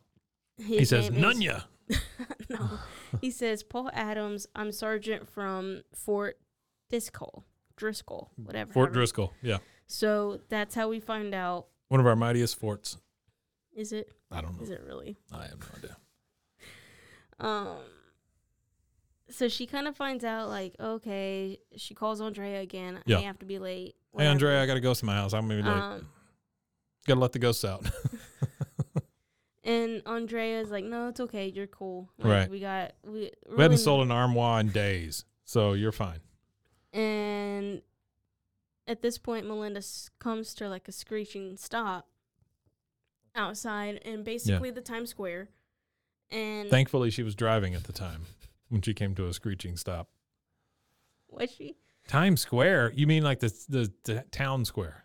his he says, name is- Nunya. no, he says Paul Adams. I'm sergeant from Fort Driscoll, Driscoll, whatever. Fort however- Driscoll. Yeah. So that's how we find out. One of our mightiest forts. Is it? I don't Is know. it really? I have no idea. Um. So she kind of finds out, like, okay, she calls Andrea again. Yeah. I have to be late. Hey, whatever. Andrea, I got to go to my house. I'm going to be late. Um, got to let the ghosts out. And Andrea's like, no, it's okay. You're cool. Like, Right. We got we. Really we hadn't sold an armoire in days, so you're fine. And at this point, Melinda s- comes to like a screeching stop outside in basically the Times Square, and Thankfully, she was driving at the time when she came to a screeching stop. was she? Times Square? You mean like the the, the town square?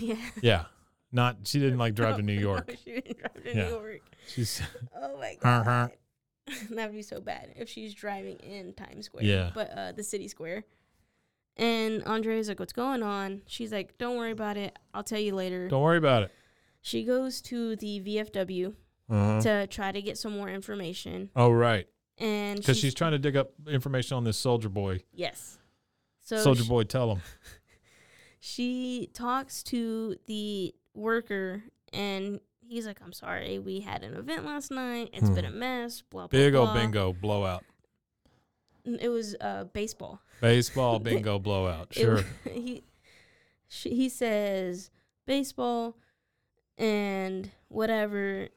yeah. Yeah. Not she didn't like drive to Oh, New York. she didn't drive to Yeah. New York. She's Oh my god. Uh-huh. that would be so bad if she's driving in Times Square. Yeah. But uh, the city square. And Andrea's like, what's going on? She's like, don't worry about it. I'll tell you later. don't worry about it. She goes to the VFW Uh-huh. to try to get some more information. Oh right, And because she's trying to dig up information on this soldier boy. yes. So Soldier sh- boy, tell him. she talks to the worker and he's like, I'm sorry, we had an event last night. It's been a mess. Blah, blah, Hmm. Big blah. old bingo blowout. N- It was uh, baseball. Baseball bingo blowout. It Sure. w- he she, he says baseball and whatever.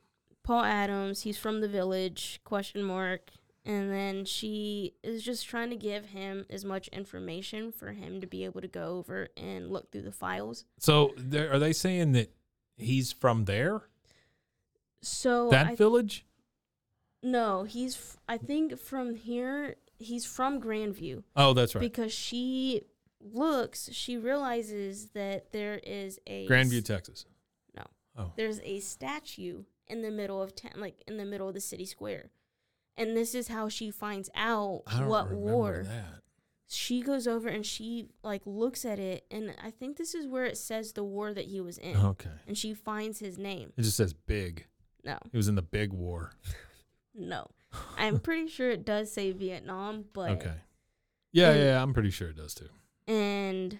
Paul Adams, he's from the village? Question mark. And then she is just trying to give him as much information for him to be able to go over and look through the files. So there, are they saying that he's from there? So that I, village? no, he's f- I think from here he's from Grandview. Oh, that's right. because she looks she realizes that there is a Grandview, Texas. no Oh. there's a statue in the middle of town like in the middle of the city square and this is how she finds out I don't what remember war that. she goes over and she like looks at it and i think this is where it says the war that he was in Okay. and she finds his name It just says big. no He was in the big war. no i'm pretty sure it does say vietnam but Okay. Yeah, And- yeah, I'm pretty sure it does too. and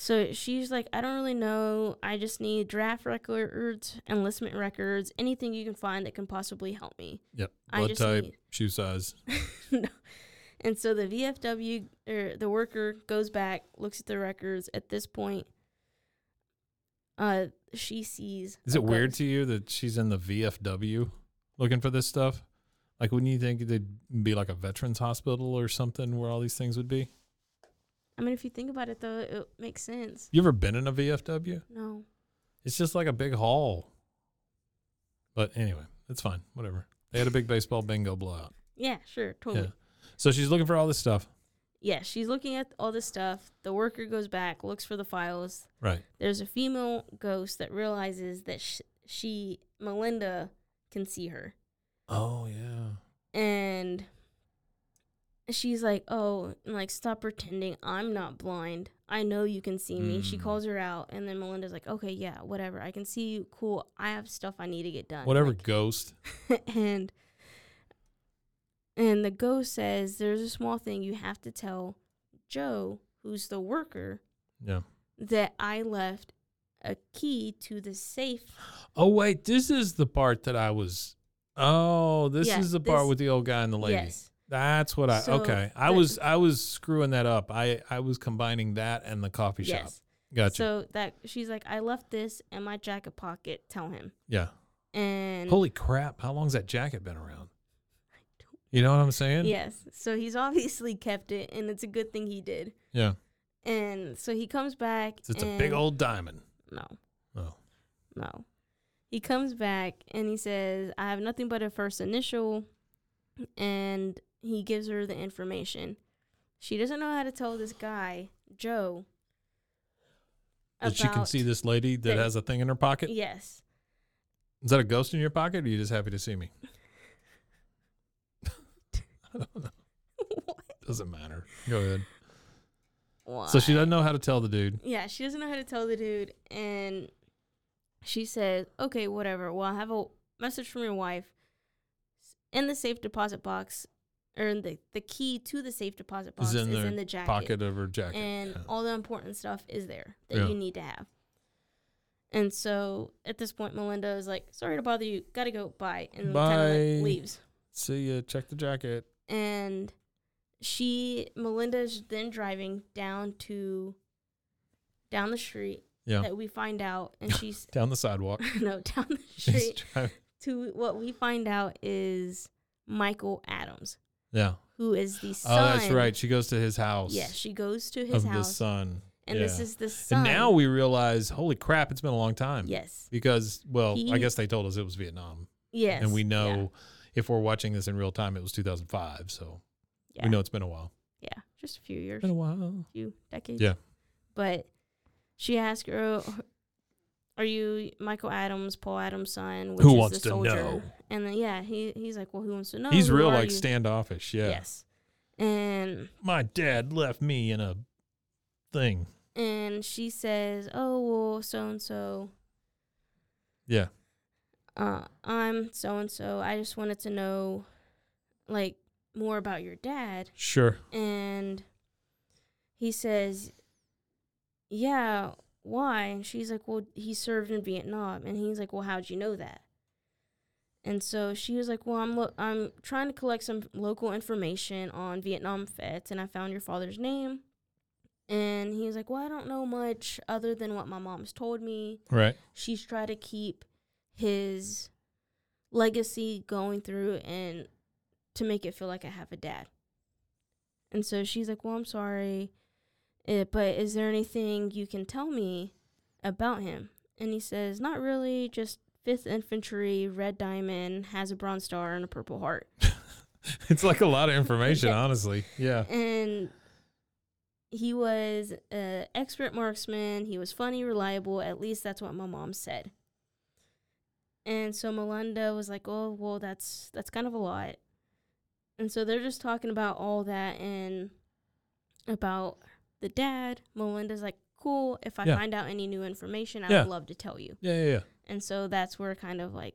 So she's like, I don't really know. I just need draft records, enlistment records, anything you can find that can possibly help me. Yep. I Blood just type, need- shoe size. No. And so the VFW or the worker goes back, looks at the records. At this point, uh, she sees. Is a it weird ghost. to you that she's in the VFW looking for this stuff? Like, wouldn't you think they'd be like a veterans hospital or something where all these things would be? I mean, if you think about it, though, it makes sense. You ever been in a VFW? No, It's just like a big hall. But anyway, it's fine. Whatever. They had a big baseball bingo blowout. yeah, sure, totally. Yeah. So she's looking for all this stuff. yeah, she's looking at all this stuff. The worker goes back, looks for the files. Right. There's a female ghost that realizes that sh- she, Melinda, can see her. Oh, yeah. And she's like, Oh, and like, stop pretending I'm not blind. I know you can see me. She Mm. calls her out. And then Melinda's like, Okay, yeah, whatever. I can see you. Cool. I have stuff I need to get done. Whatever Like, ghost. and and the ghost says there's a small thing you have to tell Joe, who's the worker, Yeah. that I left a key to the safe. Oh, wait. This is the part that I was. Oh, this Yeah, is the part this- with the old guy and the lady. Yes. That's what I So, okay. I but- was I was screwing that up. I I was combining that and the coffee shop. Yes. Gotcha. So that she's like, I left this in my jacket pocket. Tell him. yeah. And Holy crap! How long's that jacket been around? You know what I'm saying? yes. So he's obviously kept it, and it's a good thing he did. Yeah. And so he comes back. It's, a big and- old diamond. no. Oh. No. He comes back and he says, I have nothing but a first initial. And he gives her the information. She doesn't know how to tell this guy, Joe, That she can see this lady that that- has a thing in her pocket. Yes. Is that a ghost in your pocket? Or are you just happy to see me? I don't know. Doesn't matter. Go ahead. So she Why? doesn't know how to tell the dude. Yeah, she doesn't know how to tell the dude. And she says, okay, whatever. Well, I have a message from your wife in the safe deposit box, or in the, the key to the safe deposit Is box in is the in the jacket. Pocket of her jacket. and Yeah. all the important stuff is there that Yeah. you need to have. And so at this point, Melinda is like, "Sorry to bother you, gotta go, bye," and kind Bye. of leaves. See ya. Check the jacket. And she, Melinda's then driving down to down the street Yeah. that we find out, and she's Down the sidewalk. no down the She's street driving. to what we find out is Michael Adams, Yeah. who is the son. Oh, that's right. She goes to his house. Yeah, she goes to of his the house, son. and Yeah. this is the son. And now we realize, holy crap, it's been a long time. yes. Because, well, I He- guess they told us it was Vietnam. Yes. And we yeah, know if we're watching this in real time, it was 2005. So Yeah. we know it's been a while. Yeah. Just a few years, Been a a while. few decades. Yeah. But she asked her, Are you Michael Adams, Paul Adams' son? Which Who is wants the to soldier? know? And then, yeah, he, he's like, Well, who wants to know? He's Who real, are like, you?" standoffish. Yeah. Yes. And My dad left me in a thing. and she says, Oh, well, so and so. Yeah. Uh, I'm so and so. I just wanted to know, like, more about your dad. Sure. and he says, "Yeah, why?" And she's like, "Well, he served in Vietnam." And he's like, "Well, how'd you know that?" And so she was like, "Well, I'm lo- I'm trying to collect some local information on Vietnam vets, and I found your father's name." And he was like, "Well, I don't know much other than what my mom's told me. Right. She's tried to keep his legacy going through and to make it feel like I have a dad. And so she's like, Well, I'm sorry, eh, but is there anything you can tell me about him? And he says, Not really, just 5th Infantry, Red Diamond, has a Bronze Star and a Purple Heart. It's like a lot of information, honestly. Yeah. And he was an expert marksman. He was funny, reliable. At least that's what my mom said. And so Melinda was like, "Oh, well, that's that's kind of a lot." And so they're just talking about all that and about the dad. Melinda's like, "Cool. If I Yeah. find out any new information, I Yeah. would love to tell you." Yeah. Yeah. yeah. And so that's where kind of like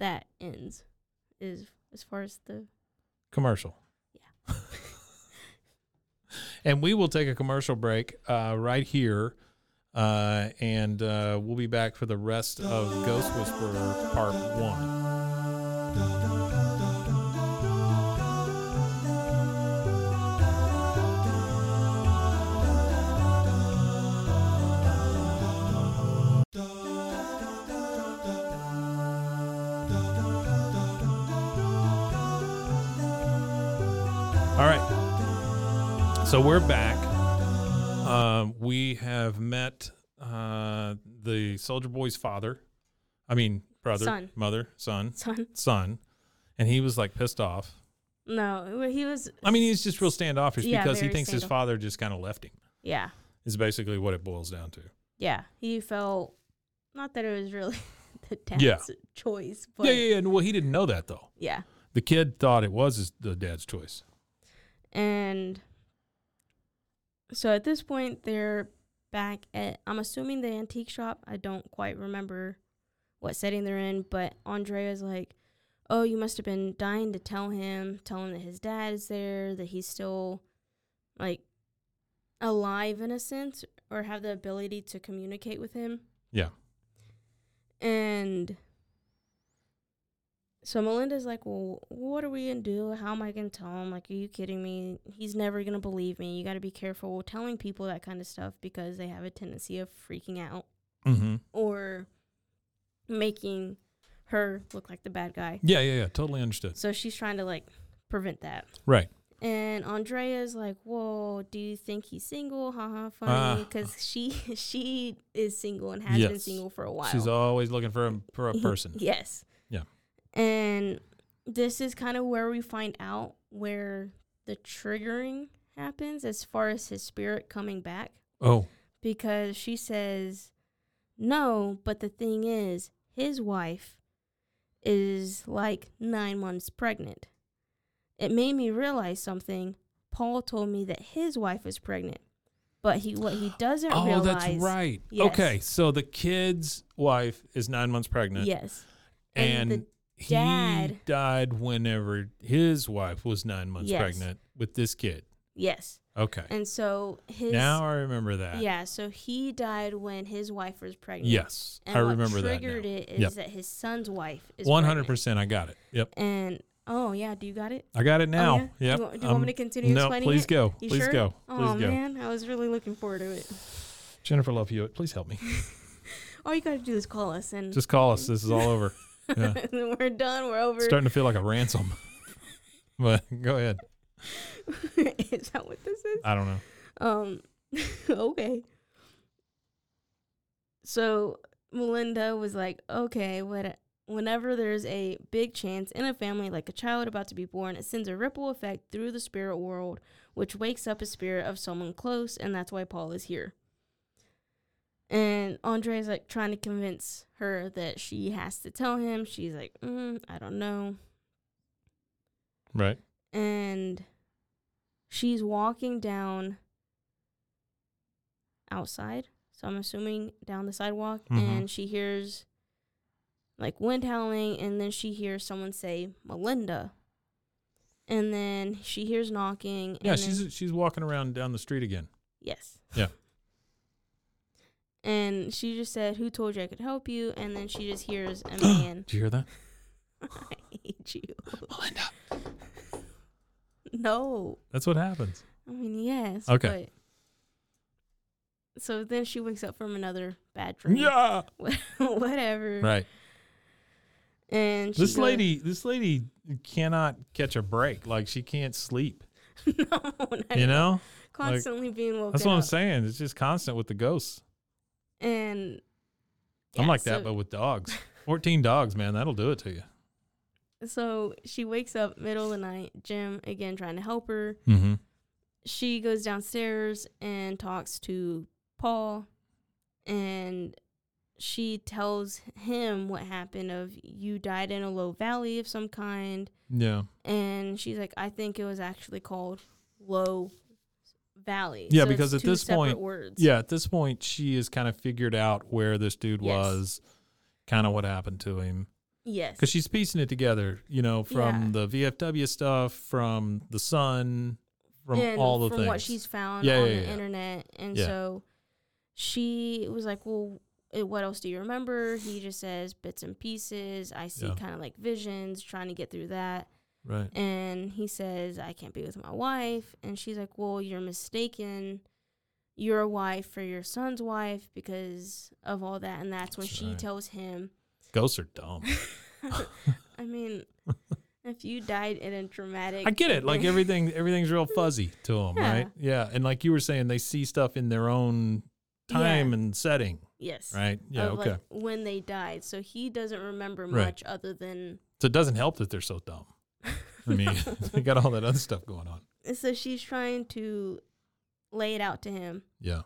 that ends, is as far as the Commercial. Yeah. And we will take a commercial break uh, right here. Uh, and uh, we'll be back for the rest of Ghost Whisperer Part 1. All right. So we're back. Um, we have met uh, the Soldier Boy's father. I mean, brother, Son. mother, son, Son. son. And he was like pissed off. No, he was. I mean, he's just real standoffish Yeah, because he very thinks his standoff- father just kind of left him. Yeah, Is basically what it boils down to. yeah. He felt not that it was really the dad's Yeah. choice, but yeah, yeah, yeah, yeah. And, Well, he didn't know that though. The kid thought it was his, the dad's choice. And so at this point, they're back at. I'm assuming the antique shop. I don't quite remember what setting they're in, but Andrea's like, "Oh, you must have been dying to tell him. Tell him that his dad is there. That he's still like alive in a sense, or have the ability to communicate with him." Yeah. And so Melinda's like, Well, what are we going to do? How am I going to tell him? Like, are you kidding me? He's never going to believe me. You got to be careful telling people that kind of stuff because they have a tendency of freaking out Mm-hmm. or making her look like the bad guy. Yeah, yeah, yeah. Totally understood. So she's trying to like prevent that. Right. And Andrea's like, "Whoa, do you think he's single? Haha, funny." Ah. Because she she is single and has been Yes. single for a while. She's always looking for a, for a He- person. Yes. Yeah. And this is kind of where we find out where the triggering happens as far as his spirit coming back Oh, because she says no, but the thing is his wife is like 9 months pregnant. It made me realize something. Paul told me that his wife is pregnant. But he what he doesn't oh, realize that's right. Yes. Okay, so the kid's wife is nine months pregnant. Yes. and, and the he dad- died whenever his wife was nine months Yes. pregnant with this kid. Yes. Okay, And so his now I remember that. Yeah, so he died when his wife was pregnant. Yes, and I what remember that. triggered now. it is Yep. that his son's wife is One hundred pregnant. percent. I got it. Yep, And oh yeah, do you got it? I got it now. Oh, yeah? Do you Yep. Um, want- do you want me to continue No, explaining please it? go. You please sure? go. Please oh go. man, I was really looking forward to it. Jennifer Love Hewitt, please help me. All you got to do is call us, and Just call us. This is all over. Yeah. we're done. We're over. It's starting to feel like a ransom. but go ahead. is that what this is? I don't know. Um, okay. So Melinda was like, okay, what? Whenever there's a big chance in a family, like a child about to be born, it sends a ripple effect through the spirit world, which wakes up a spirit of someone close, and that's why Paul is here. And Andre's like trying to convince her that she has to tell him. She's like, mm, I don't know Right. and she's walking down outside. So I'm assuming down the sidewalk, Mhm. and she hears like wind howling, and then she hears someone say Melinda, and then she hears knocking. And Yeah, then- she's she's walking around down the street again. yes. Yeah. And she just said, "Who told you I could help you?" And then she just hears a man. Do you hear that? I hate you. Melinda. No. That's what happens. I mean, yes. Okay. But so then she wakes up from another bad dream. Yeah. Whatever. Right. And she This goes- lady this lady cannot catch a break. Like she can't sleep. no, not You know? constantly being woken That's what I'm up. saying. It's just constant with the ghosts. And yeah, I'm like so- that, but with dogs. Fourteen dogs, man, that'll do it to you. so she wakes up middle of the night. Jim again trying to help her. Mm-hmm. She goes downstairs and talks to Paul, and she tells him what happened. Of you died in a low valley of some kind. Yeah. and she's like, I think it was actually called Low Valley. Yeah, So it's because at two this separate point- words. Yeah, at this point she has kind of figured out where this dude Yes. was, kind of what happened to him. yes, because she's piecing it together, you know, from Yeah. the VFW stuff, from the sun, from and all the from things. what she's found Yeah, on yeah, the yeah. internet. And Yeah. so she was like, "Well, eh, what else do you remember?" He just says bits and pieces. I see Yeah. kind of like visions, trying to get through that. right. And he says, "I can't be with my wife." And she's like, "Well, you're mistaken. You're a wife for your son's wife because of all that." And that's when That's she right. tells him, Ghosts are dumb. "I mean, if you died in a dramatic, I get it. Like event- everything, everything's real fuzzy to them, Yeah. right? Yeah. And like you were saying, they see stuff in their own time and setting, yes, right? Yeah. of okay. like when they died. So he doesn't remember Right. much other than so it doesn't help that they're so dumb. I mean, they got all that other stuff going on. And so she's trying to lay it out to him, Yeah.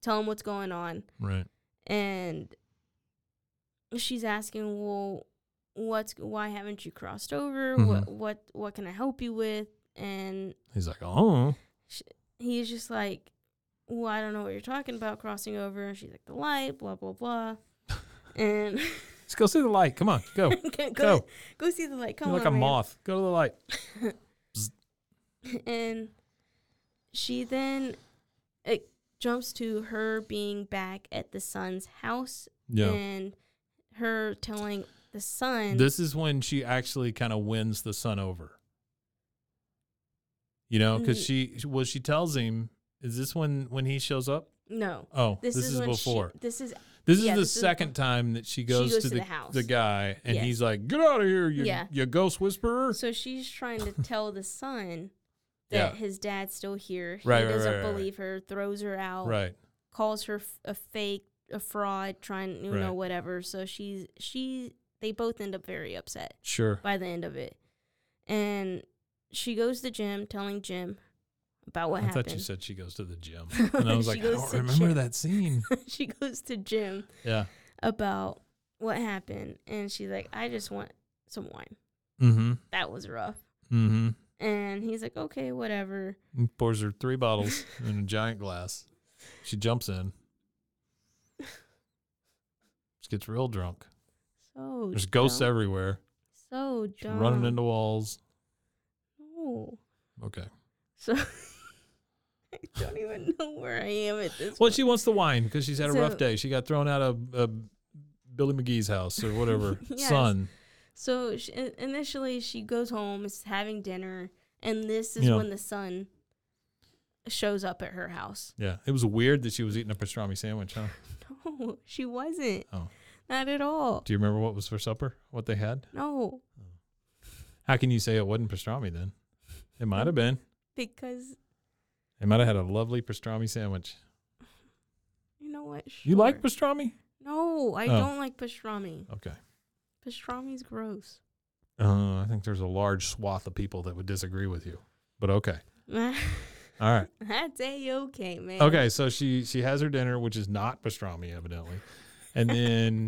tell him what's going on, Right. and she's asking, "Well, what's why haven't you crossed over? Mm-hmm. What what what can I help you with?" And He's like, oh, he's just like, "Well, I don't know what you're talking about crossing over." And she's like, "The light, blah blah blah," and let's go see the light. Come on, go. You're go, go Go. see the light. Come like on, a man. moth. Go to the light. and she then it jumps to her being back at the son's house Yeah. and her telling the son This is when she actually kind of wins the son over. You know, because Mm. she, well, she tells him, is this when when he shows up? no Oh, this, is, when she- before. this is This is Yeah, the this is second time that she goes, goes to, to the, the house. guy and Yes. he's like, Get out of here, you, Yeah. you ghost whisperer. so she's trying to tell the son Yeah. that his dad's still here he Right, right, doesn't right, right, right. believe her throws her out Right. calls her f- a fake a fraud trying you Right. know whatever so she's she they both end up very upset Sure. by the end of it. And she goes to Jim, telling Jim about what I happened. thought you said she goes to the gym. And I was She like, I goes don't to remember gym. that scene. she goes to Jim Yeah. about what happened, and she's like, "I just want some wine. Mm-hmm. That was rough." Mm-hmm. And he's like, "Okay, whatever." Pours her three bottles in a giant glass. She jumps in. She gets real drunk. So There's ghosts dumb. everywhere. So She's dumb. running into walls. No. Okay. So I don't even know where I am at this. Well, point. she wants the wine because she's had a rough So- day. She got thrown out of uh, Billy McGee's house or whatever. Yes. Son. So she, in- initially, she goes home, is having dinner, and this is Yeah. when the son shows up at her house. Yeah, it was weird that she was eating a pastrami sandwich, huh? No, she wasn't. Oh. Not at all. Do you remember what was for supper? What they had? No, How can you say it wasn't pastrami then? It might have been. because They might have had a lovely pastrami sandwich. you know what? You like Sure. pastrami? No, I Oh. don't like pastrami. Okay. Pastrami's gross. Uh, I think there's a large swath of people that would disagree with you, but okay. All right. That's a okay, man. Okay. So she she has her dinner, which is not pastrami, evidently, and then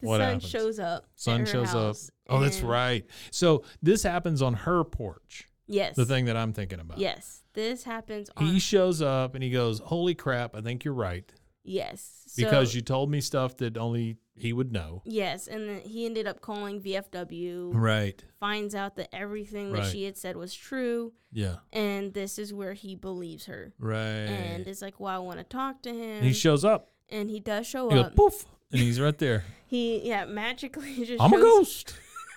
The what son happens? shows up. at sun her shows house, up. Oh, that's and- right. So this happens on her porch. Yes. The thing that I'm thinking about. Yes, this happens on. He shows up and he goes, "Holy crap! I think you're right." yes, because So- you told me stuff that only he would know. Yes, and then he ended up calling VFW. Right. finds out that everything that Right. she had said was true Yeah. and this is where he believes her Right. and it's like well i want to talk to him And he shows up. and he does show He goes up poof, and he's right there. he yeah magically just I'm a shows,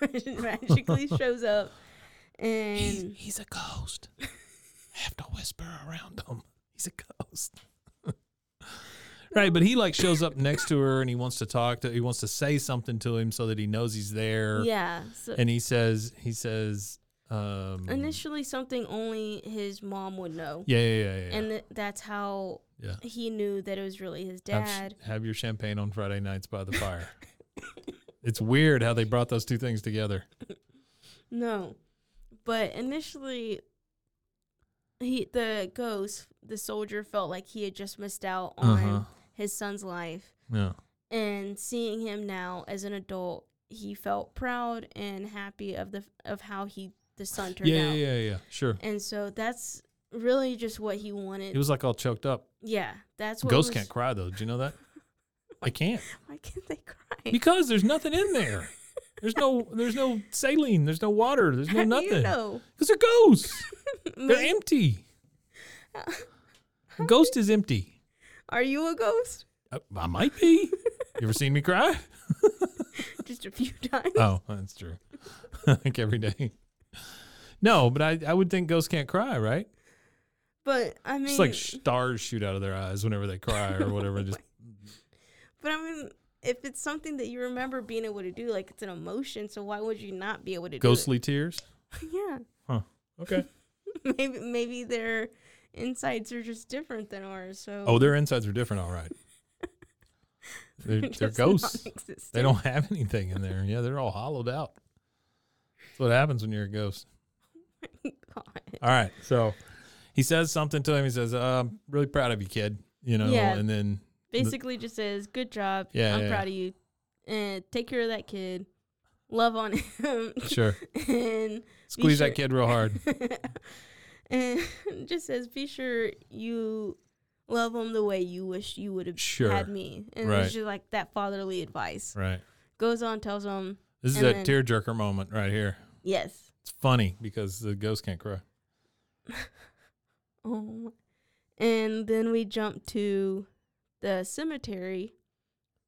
ghost. magically shows up He's, and he's a ghost. I have to whisper around him. He's a ghost. right, but he like shows up next to her and he wants to talk to. He wants to say something to him so that he knows he's there. yeah so And he says, he says, um, initially something only his mom would know yeah, yeah, yeah, yeah. and th- that's how yeah. he knew that it was really his Have, sh- dad have your champagne on Friday nights by the fire. it's weird how they brought those two things together. No, but initially, he the ghost, the soldier, felt like he had just missed out on Uh-huh. his son's life, Yeah. and seeing him now as an adult, he felt proud and happy of the of how he the son turned Yeah, out, yeah, yeah, yeah. Sure. and so that's really just what he wanted. He was like all choked up. yeah, that's what Ghosts was- can't cry though. Did you know that? They can't Why can't they cry? because there's nothing in there. There's no there's no saline. There's no water. There's no How do you nothing. know? Because they're ghosts. They're Maybe- empty. Ghost is empty. Are you a ghost? I, I might be. You ever seen me cry? Just a few times. Oh, that's true. like every day. No, but I, I would think ghosts can't cry, right? But I mean, Oh It's like stars shoot out of their eyes whenever they cry or whatever. Just but I mean, if it's something that you remember being able to do, like it's an emotion, so why would you not be able to ghostly tears. do it? Yeah. Okay. Maybe maybe their insights are just different than ours. So Oh, their insides are different. All right. They're, they're just ghosts. non-existent. They don't have anything in there. Yeah, they're all hollowed out. That's what happens when you're a ghost. God. All right. So he says something to him. He says, uh, I'm really proud of you, kid. You know, Yeah. and then, Basically, just says, "Good job. Yeah, I'm yeah, proud of you, and take care of that kid. Love on him, sure, and squeeze that sure- kid real hard. and just says, be sure you love him the way you wish you would have Sure. had me. And Right. it's just like that fatherly advice. right. Goes on, tells him, This is And that then- tearjerker moment right here. yes. It's funny because the ghost can't cry. Oh. my- And then we jump to the cemetery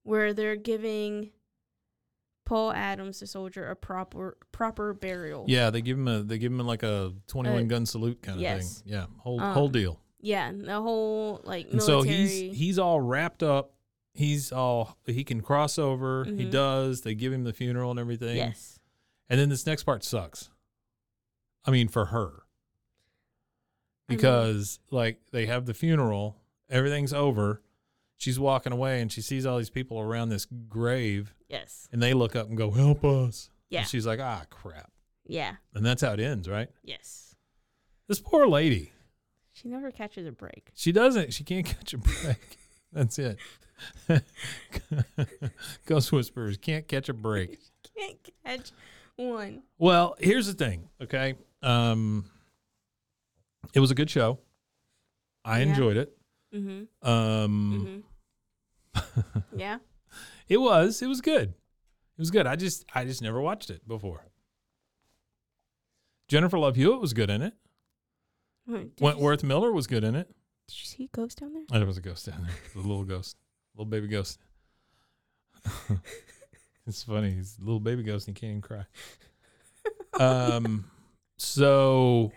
where they're giving Paul Adams, the soldier, a proper proper burial. Yeah, they give him a they give him like a twenty one Uh, gun salute kind of yes. thing. Yeah, whole whole Um, deal. Yeah, and the whole like And so military. he's he's all wrapped up. He's all he can cross over. He Mhm. does. They give him the funeral and everything. yes. And then this next part sucks. I mean, for her. I mean- Because like they have the funeral, everything's over. She's walking away and she sees all these people around this grave Yes. and they look up and go, "Help us." Yeah. And she's like, "Ah, crap." Yeah. And that's how it ends, right? Yes. This poor lady. She never catches a break. She doesn't. She can't catch a break. That's it. Ghost whisperers can't catch a break. can't catch one. Well, here's the thing, okay? Um it was a good show. I Yeah. enjoyed it. Mm-hmm. Um Mm-hmm. yeah. it was it was good. It was good. I just I just never watched it before. Jennifer Love Hewitt was good in it. Wait, did You, Wentworth Miller was good in it. did you see ghosts down there? Oh, there was a ghost down there. The little ghost. Little baby ghost. it's funny. He's a little baby ghost and he can't even cry. Um so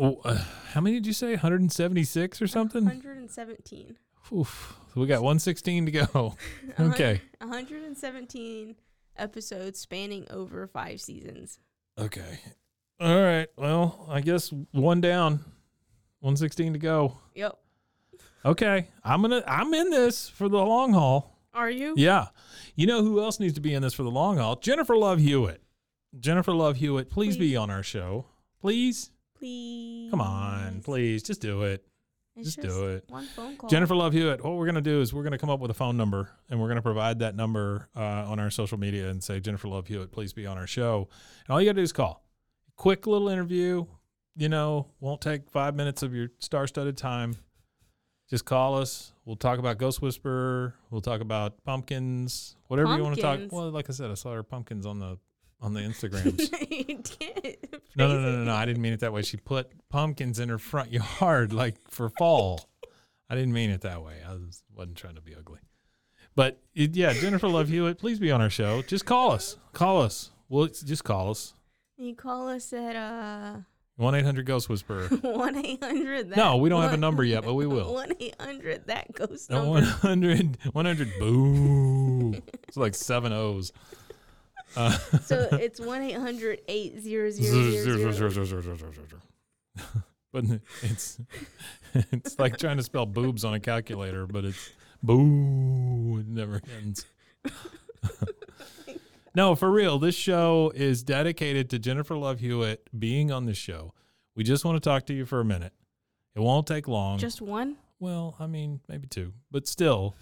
Oh, uh, how many did you say? 176 or something? 117. Oof. So we got 116 to go. A hun- Okay. 117 episodes spanning over five seasons. Okay. All right. Well, I guess one down. 116 to go. Yep. Okay. I'm going to I'm in this for the long haul. Are you? Yeah. You know who else needs to be in this for the long haul? Jennifer Love Hewitt. Jennifer Love Hewitt, please, be Please. on our show. Please. Please. Come on. Please. Just do it. It's just do it. One phone call. Jennifer Love Hewitt, what we're going to do is we're going to come up with a phone number and we're going to provide that number uh, on our social media and say, Jennifer Love Hewitt, please be on our show. And all you got to do is call. Quick little interview, you know, won't take five minutes of your star studded time. Just call us. We'll talk about Ghost Whisperer. We'll talk about pumpkins, whatever you want to Pumpkins? talk. Well, like I said, I saw her pumpkins on the on the Instagrams. you did. no, no, no, no, no. I didn't mean it that way. She put pumpkins in her front yard, like for fall. I didn't mean it that way. I was, wasn't trying to be ugly. But it, yeah, Jennifer Love Hewitt, please be on our show. Just call us. Call us. Well, it's, just call us. You call us at uh 1 800 Ghost Whisperer. 1 800. No, we don't have a number yet, but we will. 1 800 that ghost No, number. 100, 100, boo. It's like seven O's. Uh, So it's 1 800 800 but it's it's like trying to spell boobs on a calculator, but it's boo. It never ends. no, for real, this show is dedicated to Jennifer Love Hewitt being on the show. We just want to talk to you for a minute. It won't take long. Just one? well, I mean, maybe two, but still,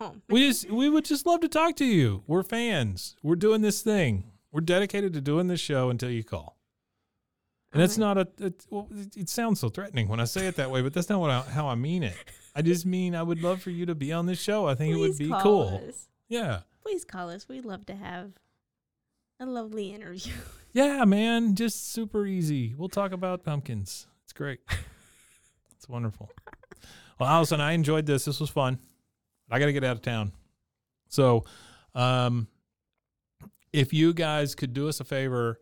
Oh, we just we would just love to talk to you. We're fans. We're doing this thing. We're dedicated to doing this show until you call. And that's not a. It, well, it, it sounds so threatening when I say it that way, but that's not what I, how I mean it. I just mean I would love for you to be on this show. I think it would Please be call cool. us. Yeah, Please call us. We'd love to have a lovely interview. yeah, man. Just super easy. We'll talk about pumpkins. It's great. it's wonderful. Well, Allison, I enjoyed this. This was fun. I got to get out of town. So, um, if you guys could do us a favor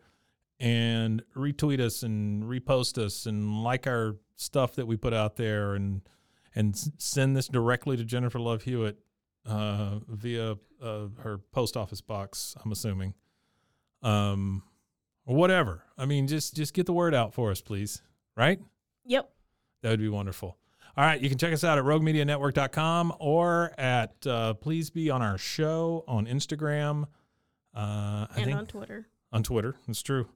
and retweet us and repost us and like our stuff that we put out there and and s- send this directly to Jennifer Love Hewitt uh, via uh, her post office box, I'm assuming, um, or whatever. I mean, just just get the word out for us, please. Right? Yep. That would be wonderful. All right, you can check us out at roguemedianetwork.com or at uh, please be on our show on Instagram. Uh, I and think on Twitter. on Twitter. That's true.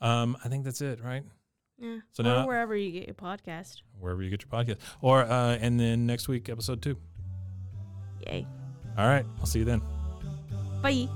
Um, I think that's it, right? Yeah. So So now- or wherever you get your podcast. Wherever you get your podcast. Or uh, and then next week, episode two. Yay. All right, I'll see you then. Bye.